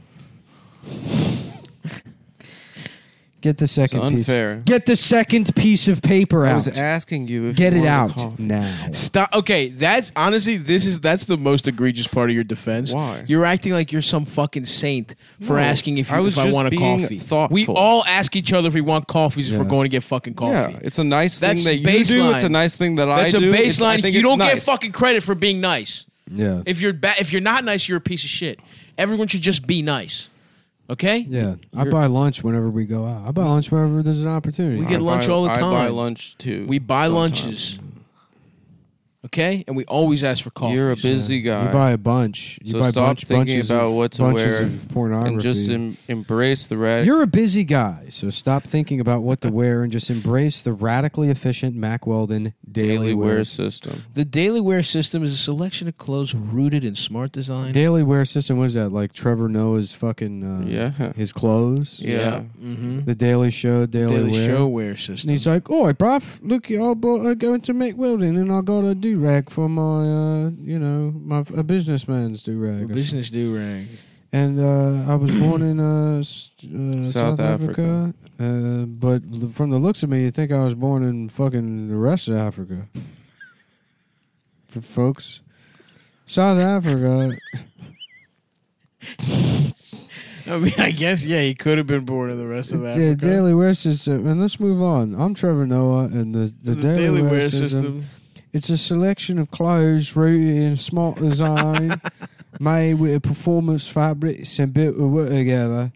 Get the It's second piece. unfair. Get the second piece of paper I out. was asking you if Get you it wanted out coffee. now. Stop. Okay, that's honestly this is that's the most egregious part of your defense. Why? You're acting like you're some fucking saint for No, asking if you, I was if I just want a being coffee. thoughtful. We all ask each other if we want coffees if Yeah. we're going to get fucking coffee. Yeah, it's a nice That's thing that you do. It's a baseline. nice thing that that's I a do. It's- I baseline. think You it's don't get nice. fucking credit for being nice. Yeah. If you're ba- if you're not nice, you're a piece of shit. Everyone should just be nice. Okay? Yeah, I buy lunch whenever we go out. I buy lunch whenever there's an opportunity. We get I lunch buy- all the I buy time. lunch too. We buy sometimes. lunches. Okay? And we always ask for coffee. You're a busy guy. You buy a bunch. You So buy stop bunch, thinking bunches about of, what to bunches wear of pornography. and just em- embrace the red. You're a busy guy, so stop thinking about what to wear and just embrace the radically efficient Mack Weldon daily, daily wear. wear system. The daily wear system is a selection of clothes rooted in smart design. Daily wear system was that like Trevor Noah's fucking uh, Yeah. his clothes. Yeah. Mm-hmm. The Daily Show, Daily, Daily Wear. show wear And system. he's like, "Oi, bruv, look, I'm uh, going to Mack Weldon, and I got a do rag for my, uh, you know, my a businessman's do A rag. business do rag. and uh, I was born in uh, s- uh, South, Africa. Africa. Uh, but l- from the looks of me, you think I was born in fucking the rest of Africa, the folks. South Africa. I mean, I guess yeah, he could have been born in the rest of the Africa. Daily Wear System. And let's move on. I'm Trevor Noah, and the, the, The daily, wear, system. It's a selection of clothes rooted in smart design made with a performance fabrics and built to work together.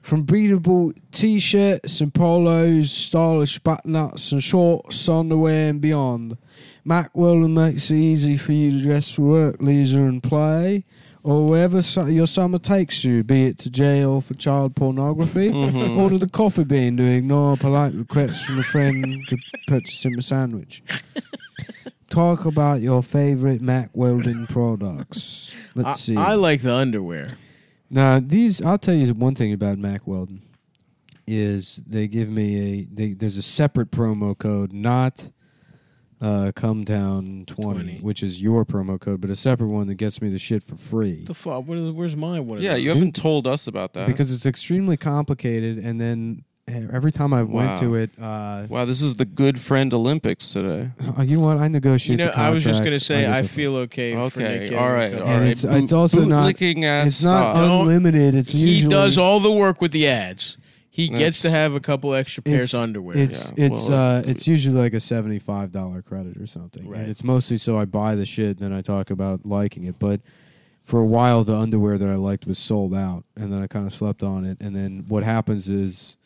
From breathable t shirts and polos, stylish button-ups and shorts, underwear and beyond. Mac Weldon makes it easy for you to dress for work, leisure and play, or wherever su- your summer takes you, be it to jail for child pornography, or to the coffee bean to ignore polite requests from a friend to purchase him a sandwich. Talk about your favorite Mac Weldon products. Let's I, see. I like the underwear. Now these, I'll tell you one thing about Mac Weldon is they give me a they, there's a separate promo code, not uh, come down 20, 20. which is your promo code, but a separate one that gets me the shit for free The fuck? What is, where's mine? What is Yeah, it? you haven't told us about that. because it's extremely complicated. And then e, every time I went Wow. to it, uh, wow, this is the good friend Olympics today. oh, you know what? I You negotiate. know, the I was just gonna contracts say under I the- feel okay. for Nick Okay, Evans. all right, all And right. it's- it's also not- bootlicking ass It's not stuff. Don't- unlimited. It's He usually does all the work with the ads. He That's- gets to have a couple extra pairs It's- of underwear. It's Yeah, it's well, uh it's usually like a seventy five dollar credit or something, Right. and it's mostly so I buy the shit, then I talk about liking it. But for a while, the underwear that I liked was sold out, and then I kind of slept on it. And then what happens is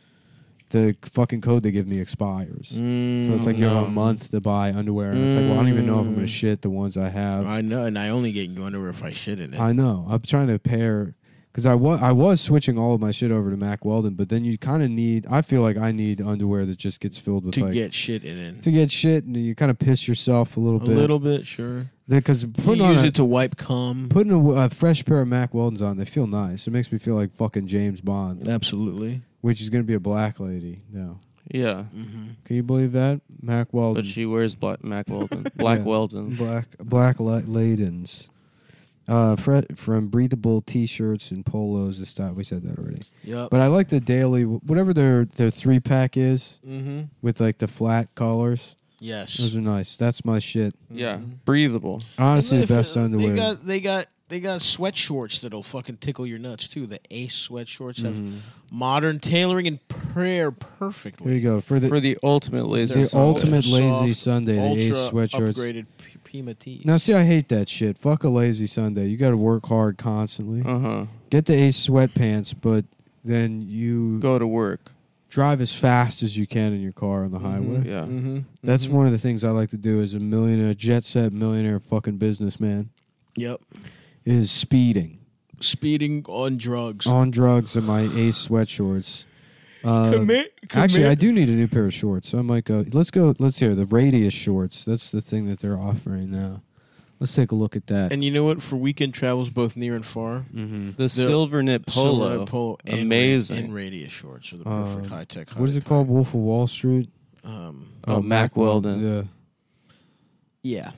the fucking code they give me expires, so it's like you have a Mm, no. month to buy underwear, and it's like well, I don't even know if I'm gonna Mm. shit the ones I have. I know, and I only get you underwear if I shit in it. I know. I'm trying to pair because I was I was switching all of my shit over to Mac Weldon, but then you kind of need. I feel like I need underwear that just gets filled with to like get shit in it. to get shit, and you kind of piss yourself a little A bit. little bit, sure. because You putting on use a, it to wipe cum. putting a, a fresh pair of Mac Weldons on, they feel nice. It makes me feel like fucking James Bond, Absolutely. which is going to be a black lady now. yeah, Mm-hmm. Can you believe that Mac Weldon? but she wears black Mac Weldon, black Yeah. Weldon. black black light ladens. Uh, fre- from breathable T-shirts and polos to style. We said that already. Yep. But I like the daily, whatever their their three pack is mm-hmm. with like the flat collars. Those Yes. are nice. That's my shit. Yeah, breathable. Honestly, If, the best uh, underwear. They got they got they got sweat shorts that'll fucking tickle your nuts too. The Ace sweat shorts have modern tailoring and prayer Mm-hmm. Here you perfectly. go for the for the ultimate laser. the sound. ultimate Ultra lazy soft, Sunday. The Ace Ultra sweatshirts. upgraded P- Pima tee. Now, see, I hate that shit. Fuck a lazy Sunday. You got to work hard constantly. Uh-huh. Get the Ace sweatpants, but then you Go to work. drive as fast as you can in your car on the highway. Yeah. Mm-hmm. That's one of the things I like to do as a millionaire, jet set millionaire, fucking businessman Yep. is speeding Speeding on drugs. on drugs in my Ace sweatshorts. Uh, Actually, I do need a new pair of shorts, so I might go. Let's go. Let's hear the radius shorts. That's the thing that they're offering now. Let's take a look at that. And you know what? For weekend travels, both near and far, The, silver knit polo. silhouette polo and ra- Amazing. and radius shorts are the Um, perfect high tech. what is it called? Wolf of Wall Street. Um, Oh, Mack Weldon. Yeah. yeah,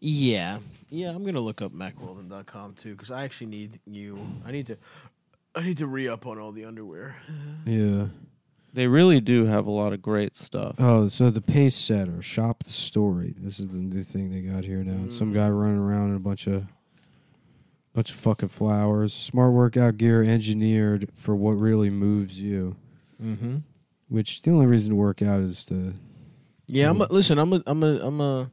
yeah, yeah. I'm gonna look up MacWeldon.com too because I actually need you. I need to. I need to re up on all the underwear. Yeah. They really do have a lot of great stuff. Oh, so the pace setter, shop the story. This is the new thing they got here now. It's Some Mm. guy running around in a bunch of bunch of fucking flowers. Smart workout gear engineered for what really moves you. Mm-hmm. Which the only reason to work out is to Yeah, I'm a, listen. I'm a. I'm a. I'm a.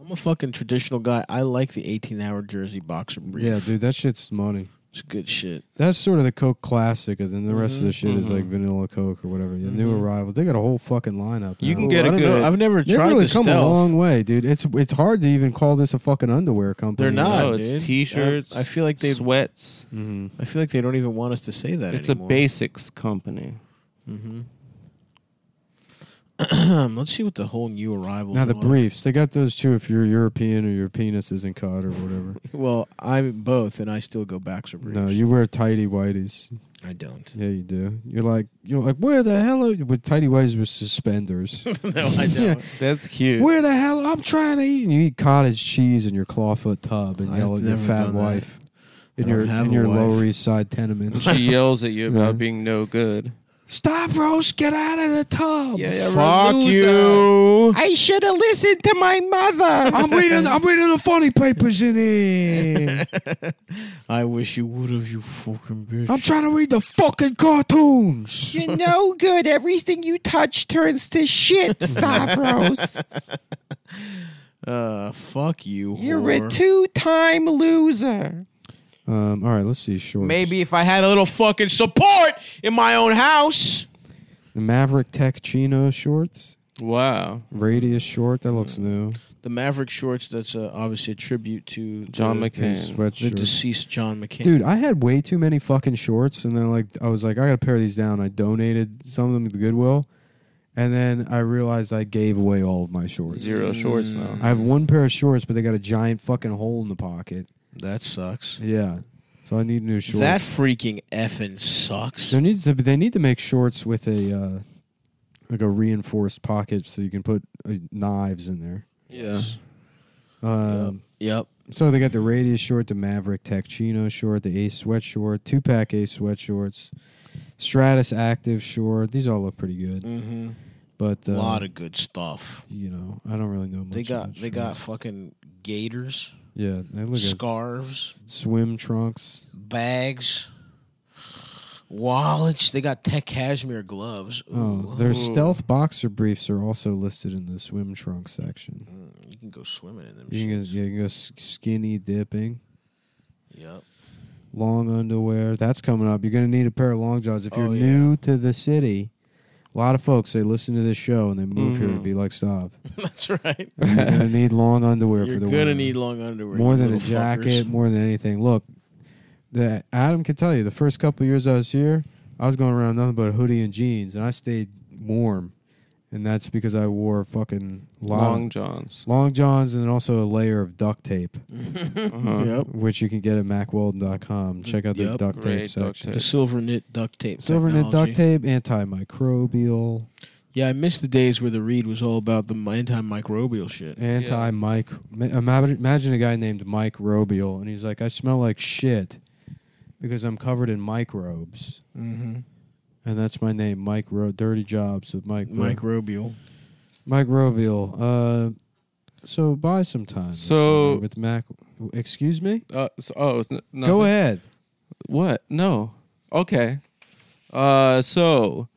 I'm a fucking traditional guy. I like the 18 hour jersey boxer brief. Yeah, dude, that shit's money. it's good shit. That's sort of the Coke classic, and then the rest of the Mhm, Mm-hmm. shit is like vanilla Coke or whatever. The new arrival, they got a whole fucking lineup. You now. can get I a don't good. know. I've never They've tried really the come stealth. a long way, dude. It's it's hard to even call this a fucking underwear company. They're not. No, it's dude. t-shirts. I, I feel like they. sweats. hmm I feel like they don't even want us to say that. It's anymore. a basics company. Mm-hmm. Let's see what the whole new arrivals. Now the are. briefs, they got those too. If you're European or your penis isn't cut or whatever. Well, I'm both, and I still go boxer briefs. No, you wear tidy whities. I don't. Yeah, you do. You're like you're like where the hell are you? with tidy whities with suspenders? no, I don't. That's cute. where the hell I'm trying to eat? And you eat cottage cheese in your clawfoot tub and I've yell at your never fat done that. wife in I don't your have in a your wife. Lower East Side tenement. She yells at you about Yeah. being no good. Stavros, get out of the tub. Fuck you. I should have listened to my mother. I'm reading I'm reading the funny papers in here. I wish you would have, you fucking bitch. I'm trying to read the fucking cartoons. You're no good. Everything you touch turns to shit, Stavros. Uh, fuck you. whore. two-time loser. Um, all right, let's see. Shorts. Maybe if I had a little fucking support in my own house. the Maverick Tech Chino shorts, Wow, radius short. That looks new. The Maverick shorts. That's uh, obviously a tribute to John the, And McCain. the sweatshirt. deceased John McCain. Dude, I had way too many fucking shorts, and then like I was like, I gotta pare these down. I donated some of them to Goodwill, and then I realized I gave away all of my shorts. Zero shorts now. Mm. I have one pair of shorts, but they got a giant fucking hole in the pocket. that sucks. Yeah, so I need new shorts. That freaking effing sucks. There needs to be, they need to make shorts with a uh, like a reinforced pocket so you can put uh, knives in there. Yeah. Um, Yep. So they got the radius short, the Maverick Tech Chino short, the Ace sweat short, two pack Ace sweat shorts, Stratus Active short. These all look pretty good, Mm-hmm. but A uh, lot of good stuff. you know I don't really know much. They got about they shorts. got fucking gaiters, yeah. They look at scarves, swim trunks. bags, wallets. They got tech cashmere gloves. Oh, Ooh. their Ooh. stealth boxer briefs are also listed in the swim trunk section. you can go swimming in them. You can go, shits. you can go s- skinny dipping. Yep. long underwear. That's coming up. You're going to need a pair of long johns if you're Oh, yeah. new to the city. A lot of folks they listen to this show and they move here to Mm-hmm. Mhm. be like, stop. That's right. You're going to need long underwear You're for the gonna winter. need long underwear. more you than a little jacket, fuckers. more than anything. Look, the Adam can tell you the first couple years I was here, I was going around nothing but a hoodie and jeans, and I stayed warm, and that's because I wore fucking lot of- Long johns. long johns and also a layer of duct tape, Uh-huh. Yep. which you can get at macweldon.com. Check out the Yep. duct tape Great duct section. tape. The silver knit duct tape. Silver knit technology. duct tape, antimicrobial, Yeah, I miss the days where the read was all about the antimicrobial shit. anti-mic. ma- ima- Imagine a guy named Microbial, and he's like, "I smell like shit because I'm covered in microbes, Mm-hmm. and that's my name, Micro. Dirty jobs with Mike. Microbial. Microbial. Uh, so buy some time. this So- summer with Mac. Excuse me. Uh, so, oh, it's n- nothing. Go ahead. What? No. Okay. Uh, so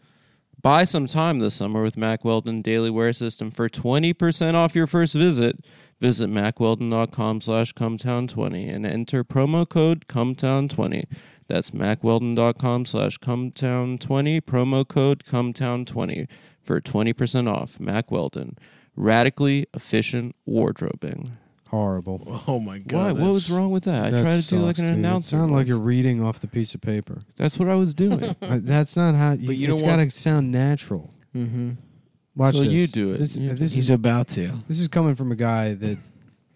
buy some time this summer with Mac Weldon Daily Wear System for 20% off your first visit. Visit macweldon.com slash cumtown20 and enter promo code cumtown20. That's macweldon.com slash cumtown20, promo code cumtown20 for 20% off. Mac Weldon. Radically efficient wardrobing. Horrible. Oh my Why? god. What was wrong with that? I That tried to do like sucks, an dude. It announcer. Sound like voice. you're reading off the piece of paper. That's what I was doing. Uh, that's not how. But you it's don't want- gotta sound natural. Mm-hmm. Watch So this. you do it. This, You this He's is about to. this is coming from a guy that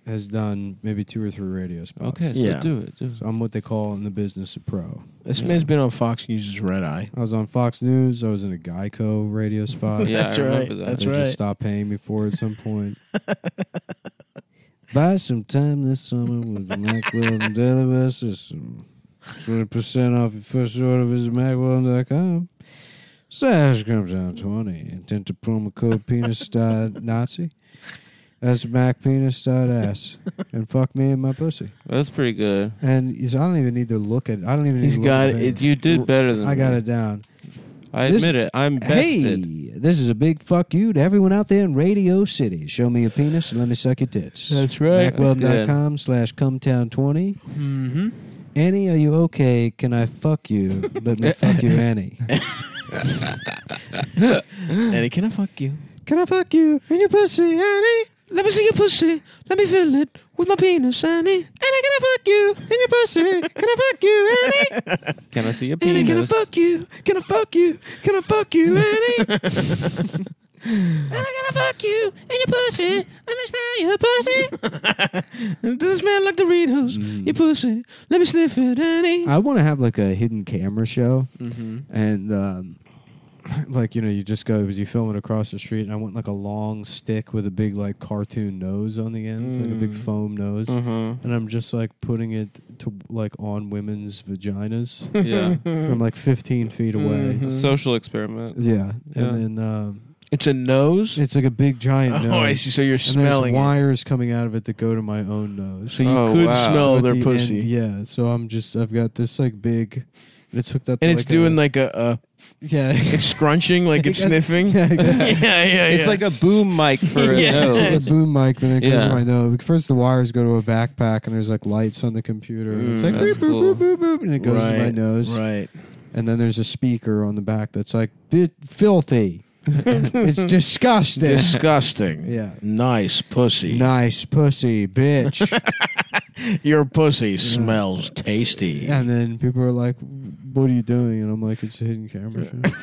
has done maybe two or three radio spots. Okay, so Yeah. do it. Do it. so I'm what they call in the business a pro. This man's been on Fox News' red eye. I was on Fox News. I was in a Geico radio spot. Yeah, That's I remember right. that. That's they right. just stopped paying me for it at some point. Buy some time this summer with the Macwell and Daily Wire System. 20% off your first order. Visit MacWell.com. Slash comes down 20. And enter promo code penis dot Nazi. That's Mac penis dot ass. And fuck me and my pussy. That's pretty good. And he's, I don't even need to look at I don't even need He's to look got at it. It's- You did better than I got me. it down. I This- admit it. I'm bested. Hey, this is a big fuck you to everyone out there in Radio City. Show me a penis and let me suck your tits. That's Macweb.com slash cumtown20. Mm-hmm. Annie, are you okay? Can I fuck you? Let me fuck you, Annie. And can I fuck you? Can I fuck you in your pussy, Annie? Let me see your pussy. Let me feel it with my penis, honey. Annie, can I fuck you in your pussy? Can I fuck you, Annie? Can I see a Annie, penis? can I fuck you? Can I fuck you? Can I fuck you, Annie? Can I fuck you in your pussy? Let me smell your pussy. Does it smell like Doritos? Your pussy. Let me sniff it, Annie. I want to have like a hidden camera show. Mm-hmm. and um, like you know you just go you film it across the street and i want like a long stick with a big like cartoon nose on the end like a big Mm. foam nose Mm-hmm. and i'm just like putting it to like on women's vaginas Yeah. Mm-hmm. from like 15 feet away A social experiment. yeah. Yeah. and then um, It's a nose. it's like a big giant nose oh, I see. So you're and there's smelling. it. wires coming out of it that go to my own nose So you Oh, could wow. So smell at their the pussy. end- yeah so i'm just i've got this like big And it's hooked up. and to it's like doing a, like a, uh yeah. it's scrunching, like it's Yeah, sniffing. yeah, Yeah, yeah, exactly. yeah. It's like a boom mic for a Yeah. nose. It's like a boom mic when it goes Yeah. to my nose. First, the wires go to a backpack, and there's like lights on the computer. And it's Mm, like that's boop, boop, boop, boop, boop, and it goes to my Right, nose. right. And then there's a speaker on the back that's like "Di- filthy. it's disgusting. Disgusting. Yeah. Nice pussy. nice pussy, bitch. Your pussy smells tasty. and then people are like, "What are you doing?" And I'm like, "It's a hidden camera." shot."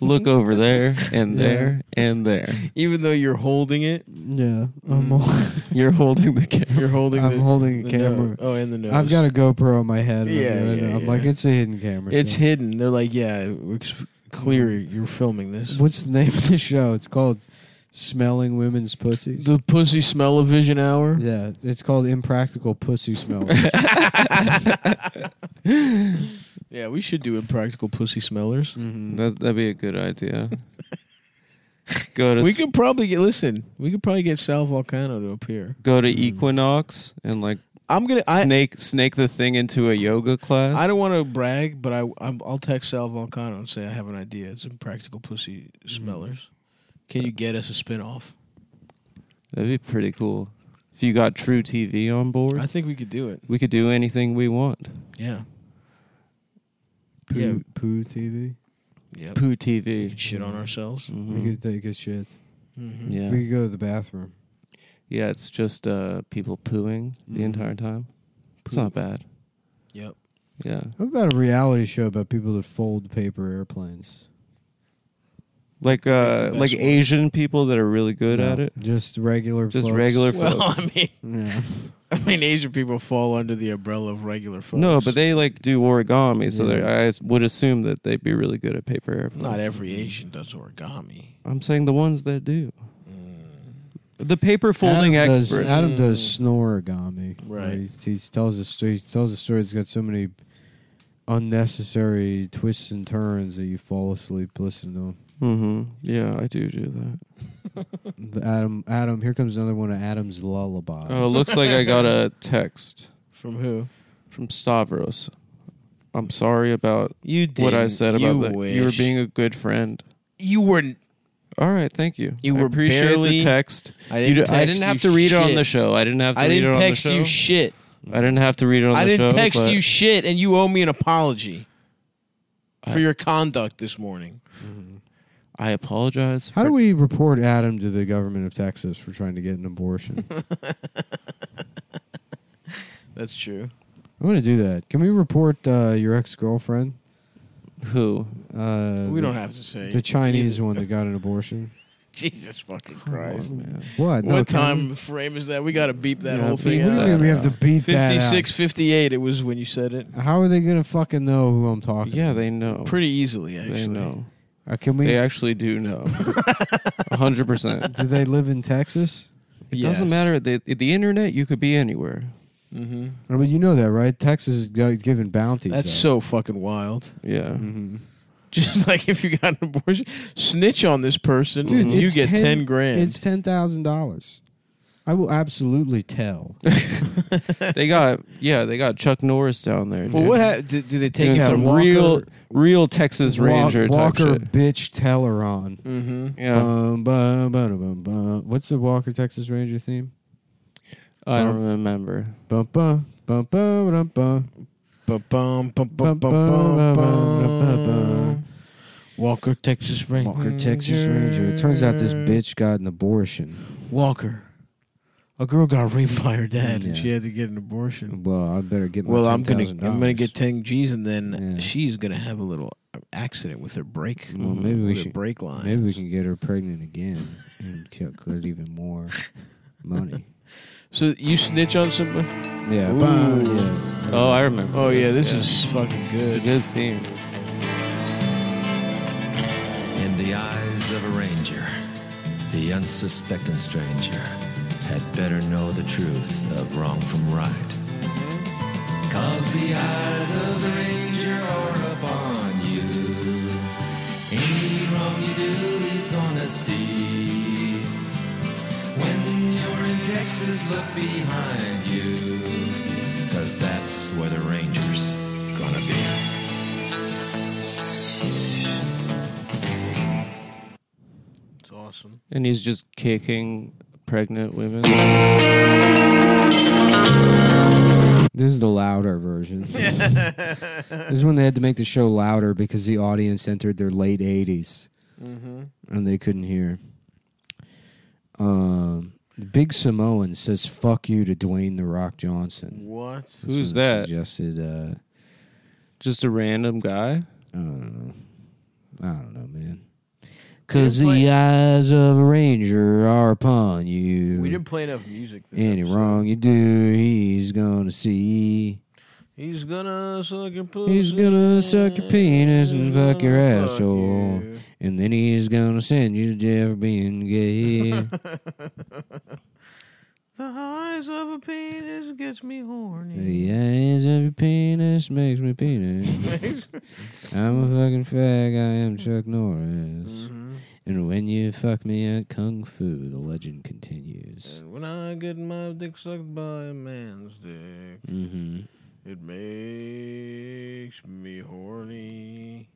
Look over there and Yeah. there and there. Even though you're holding it, yeah, I'm, Mm. hol- You're holding the camera. you're holding. I'm the, holding the a camera. nose. Oh, and the nose. I've got a GoPro on my head. and I'm Yeah, gonna- yeah, I'm yeah. like, it's a hidden camera. It's shot." hidden. They're like, yeah, it's clear you're filming this. What's the name of the show? It's called Smelling Women's Pussies. The pussy smell of vision hour. yeah, it's called Impractical Pussy Smell. Yeah, we should do impractical pussy smellers. Mm-hmm. That, that'd be a good idea. go to We s- could probably get listen. We could probably get Sal Volcano to appear. go to Equinox and like I'm gonna. I snake snake the thing into a yoga class. I don't want to brag, but I I'm, I'll text Sal Volcano and say I have an idea. It's impractical pussy Mm-hmm. smellers. Can you get us a spinoff? That'd be pretty cool. If you got True TV on board, I think we could do it. we could do anything we want. Yeah. Poo, Yeah. poo TV. Yep. Poo We TV. could shit on ourselves. We Mhm. could take a shit. Mm-hmm. Yeah, We could go to the bathroom. yeah. It's just uh, people pooing the Mhm. entire time. It's Poo. not bad. Yep. Yeah, How about a reality show about people that fold paper airplanes? like the uh, like best one. Asian people that are really good No, at it. Just regular. Just folks. regular Well, folks. I mean, Yeah. I mean, Asian people fall under the umbrella of regular folks. No, but they like do origami, so Yeah. they're- I s- would assume that they'd be really good at paper airplanes. not every Asian does origami. I'm saying the ones that do. The paper folding Mm. Adam does, experts. Adam does Mm. snorigami. Right. He, he tells a story. He tells a story that's got so many unnecessary twists and turns that you fall asleep listening to him. hmm Yeah, I do do that. The Adam, Adam, here comes another one of Adam's lullabies. Oh, it looks like I got a text From who? from Stavros. I'm sorry about You what I said you about that. You were wish. being a good friend. You were. All right, thank you. You I were appreciate barely- the text. I You didn't, d- text I didn't you have to read it on shit. the show. I didn't have to I read didn't it on text the show. you shit. I didn't have to read it on I the show. didn't text but you shit, and you owe me an apology for I- your conduct this morning. I apologize. How for- do we report Adam to the government of Texas for trying to get an abortion? That's true. I'm going to do that. Can we report uh, your ex girlfriend? who? Uh, the, We don't have to say the Chinese either. one that got an abortion. Jesus fucking Come on, Christ! man. What? No, can what time frame is that? We got to beep that Yeah, whole we- thing What do you out. mean we have to beat that out? 56, 58 It was when you said it How are they going to fucking know who I'm talking? Yeah, they know. pretty easily. Actually, Oh. they know. Uh, can we? They actually do know. hundred percent. do they live in Texas? It Yes. doesn't matter. The, the internet, you could be anywhere. hmm I mean, you know that, right? Texas is go- giving bounties. That's so fucking wild. Yeah. hmm Mm-hmm. Just like if you got an abortion, snitch on this person, Dude, you it's get 10 ten, grand. It's ten thousand dollars. I will absolutely tell. They got yeah, they got Chuck Norris down there. well, dude. what hap do, do they take Doing out some Walker? real real Texas Ranger Wa- Walker type shit. bitch teller on. Mm-hmm. Yeah. Bum, bum, bum, bum, bum. What's the Walker Texas Ranger theme? I don't remember. Bum, bum, bum, bum, bum, bum. Bum, bum, bum, Bum, bum, bum, bum, bum, bum, bum, bum. bum. Walker, Texas Ranger. Walker Texas Ranger. It turns out this bitch got an abortion. Walker. A girl got raped by her dad, and Yeah. she had to get an abortion. Well, I better get. My Well, I'm gonna, $10,000. I'm gonna get ten G's, and then Yeah. she's gonna have a little accident with her brake. Well, maybe we with her should- brake line. Maybe we can get her pregnant again and cut, cut even more money. So you snitch on somebody? Yeah. Ooh. bum, yeah. Oh, I remember. Oh yeah, this is fucking it's a good. good theme. In the eyes of a ranger, the unsuspecting stranger had better know the truth of wrong from right. Cause the eyes of the ranger are upon you. Any wrong you do, he's gonna see. When you're in Texas, look behind you. Cause that's where the rangers go. gonna be. It's awesome. And he's just kicking pregnant women. This is the louder version. this is when they had to make the show louder because the audience entered their late 80s Mm-hmm. and they couldn't hear. Um, the Big Samoan says "fuck you" to Dwayne the Rock Johnson. What? This Who's one that? Suggested. Uh, Just a random guy. I don't know. I don't know, man. Cause didn't play- the eyes of a ranger are upon you. We didn't play enough music. This Any episode. wrong you do, he's gonna see. He's gonna suck your pussy. He's gonna suck your penis and fuck your Fuck asshole. you. And then he's gonna send you to jail for being gay. The eyes of a penis gets me horny. the eyes of your penis makes me penis. I'm a fucking fag, I am Chuck Norris. Mhm. And when you fuck me at Kung Fu, the legend continues. And when I get my dick sucked by a man's dick, Mm-hmm. it makes me horny.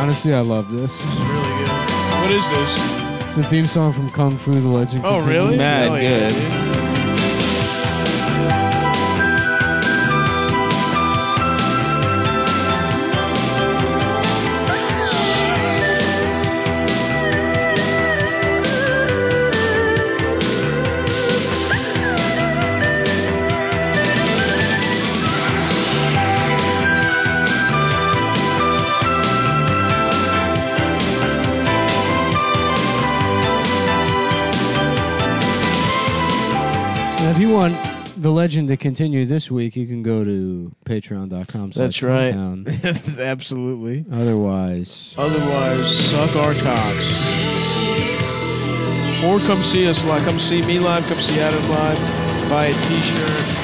honestly, I love this. Really good. What is this? It's the theme song from Kung Fu, the legend Oh, continues. really? Mad Really good. And if you want the legend to continue this week, you can go to patreon.com. slash That's right. Compound. Absolutely. Otherwise, Otherwise, suck our cocks. Or come see us live. Come see me live. Come see Adam live. Buy a t shirt.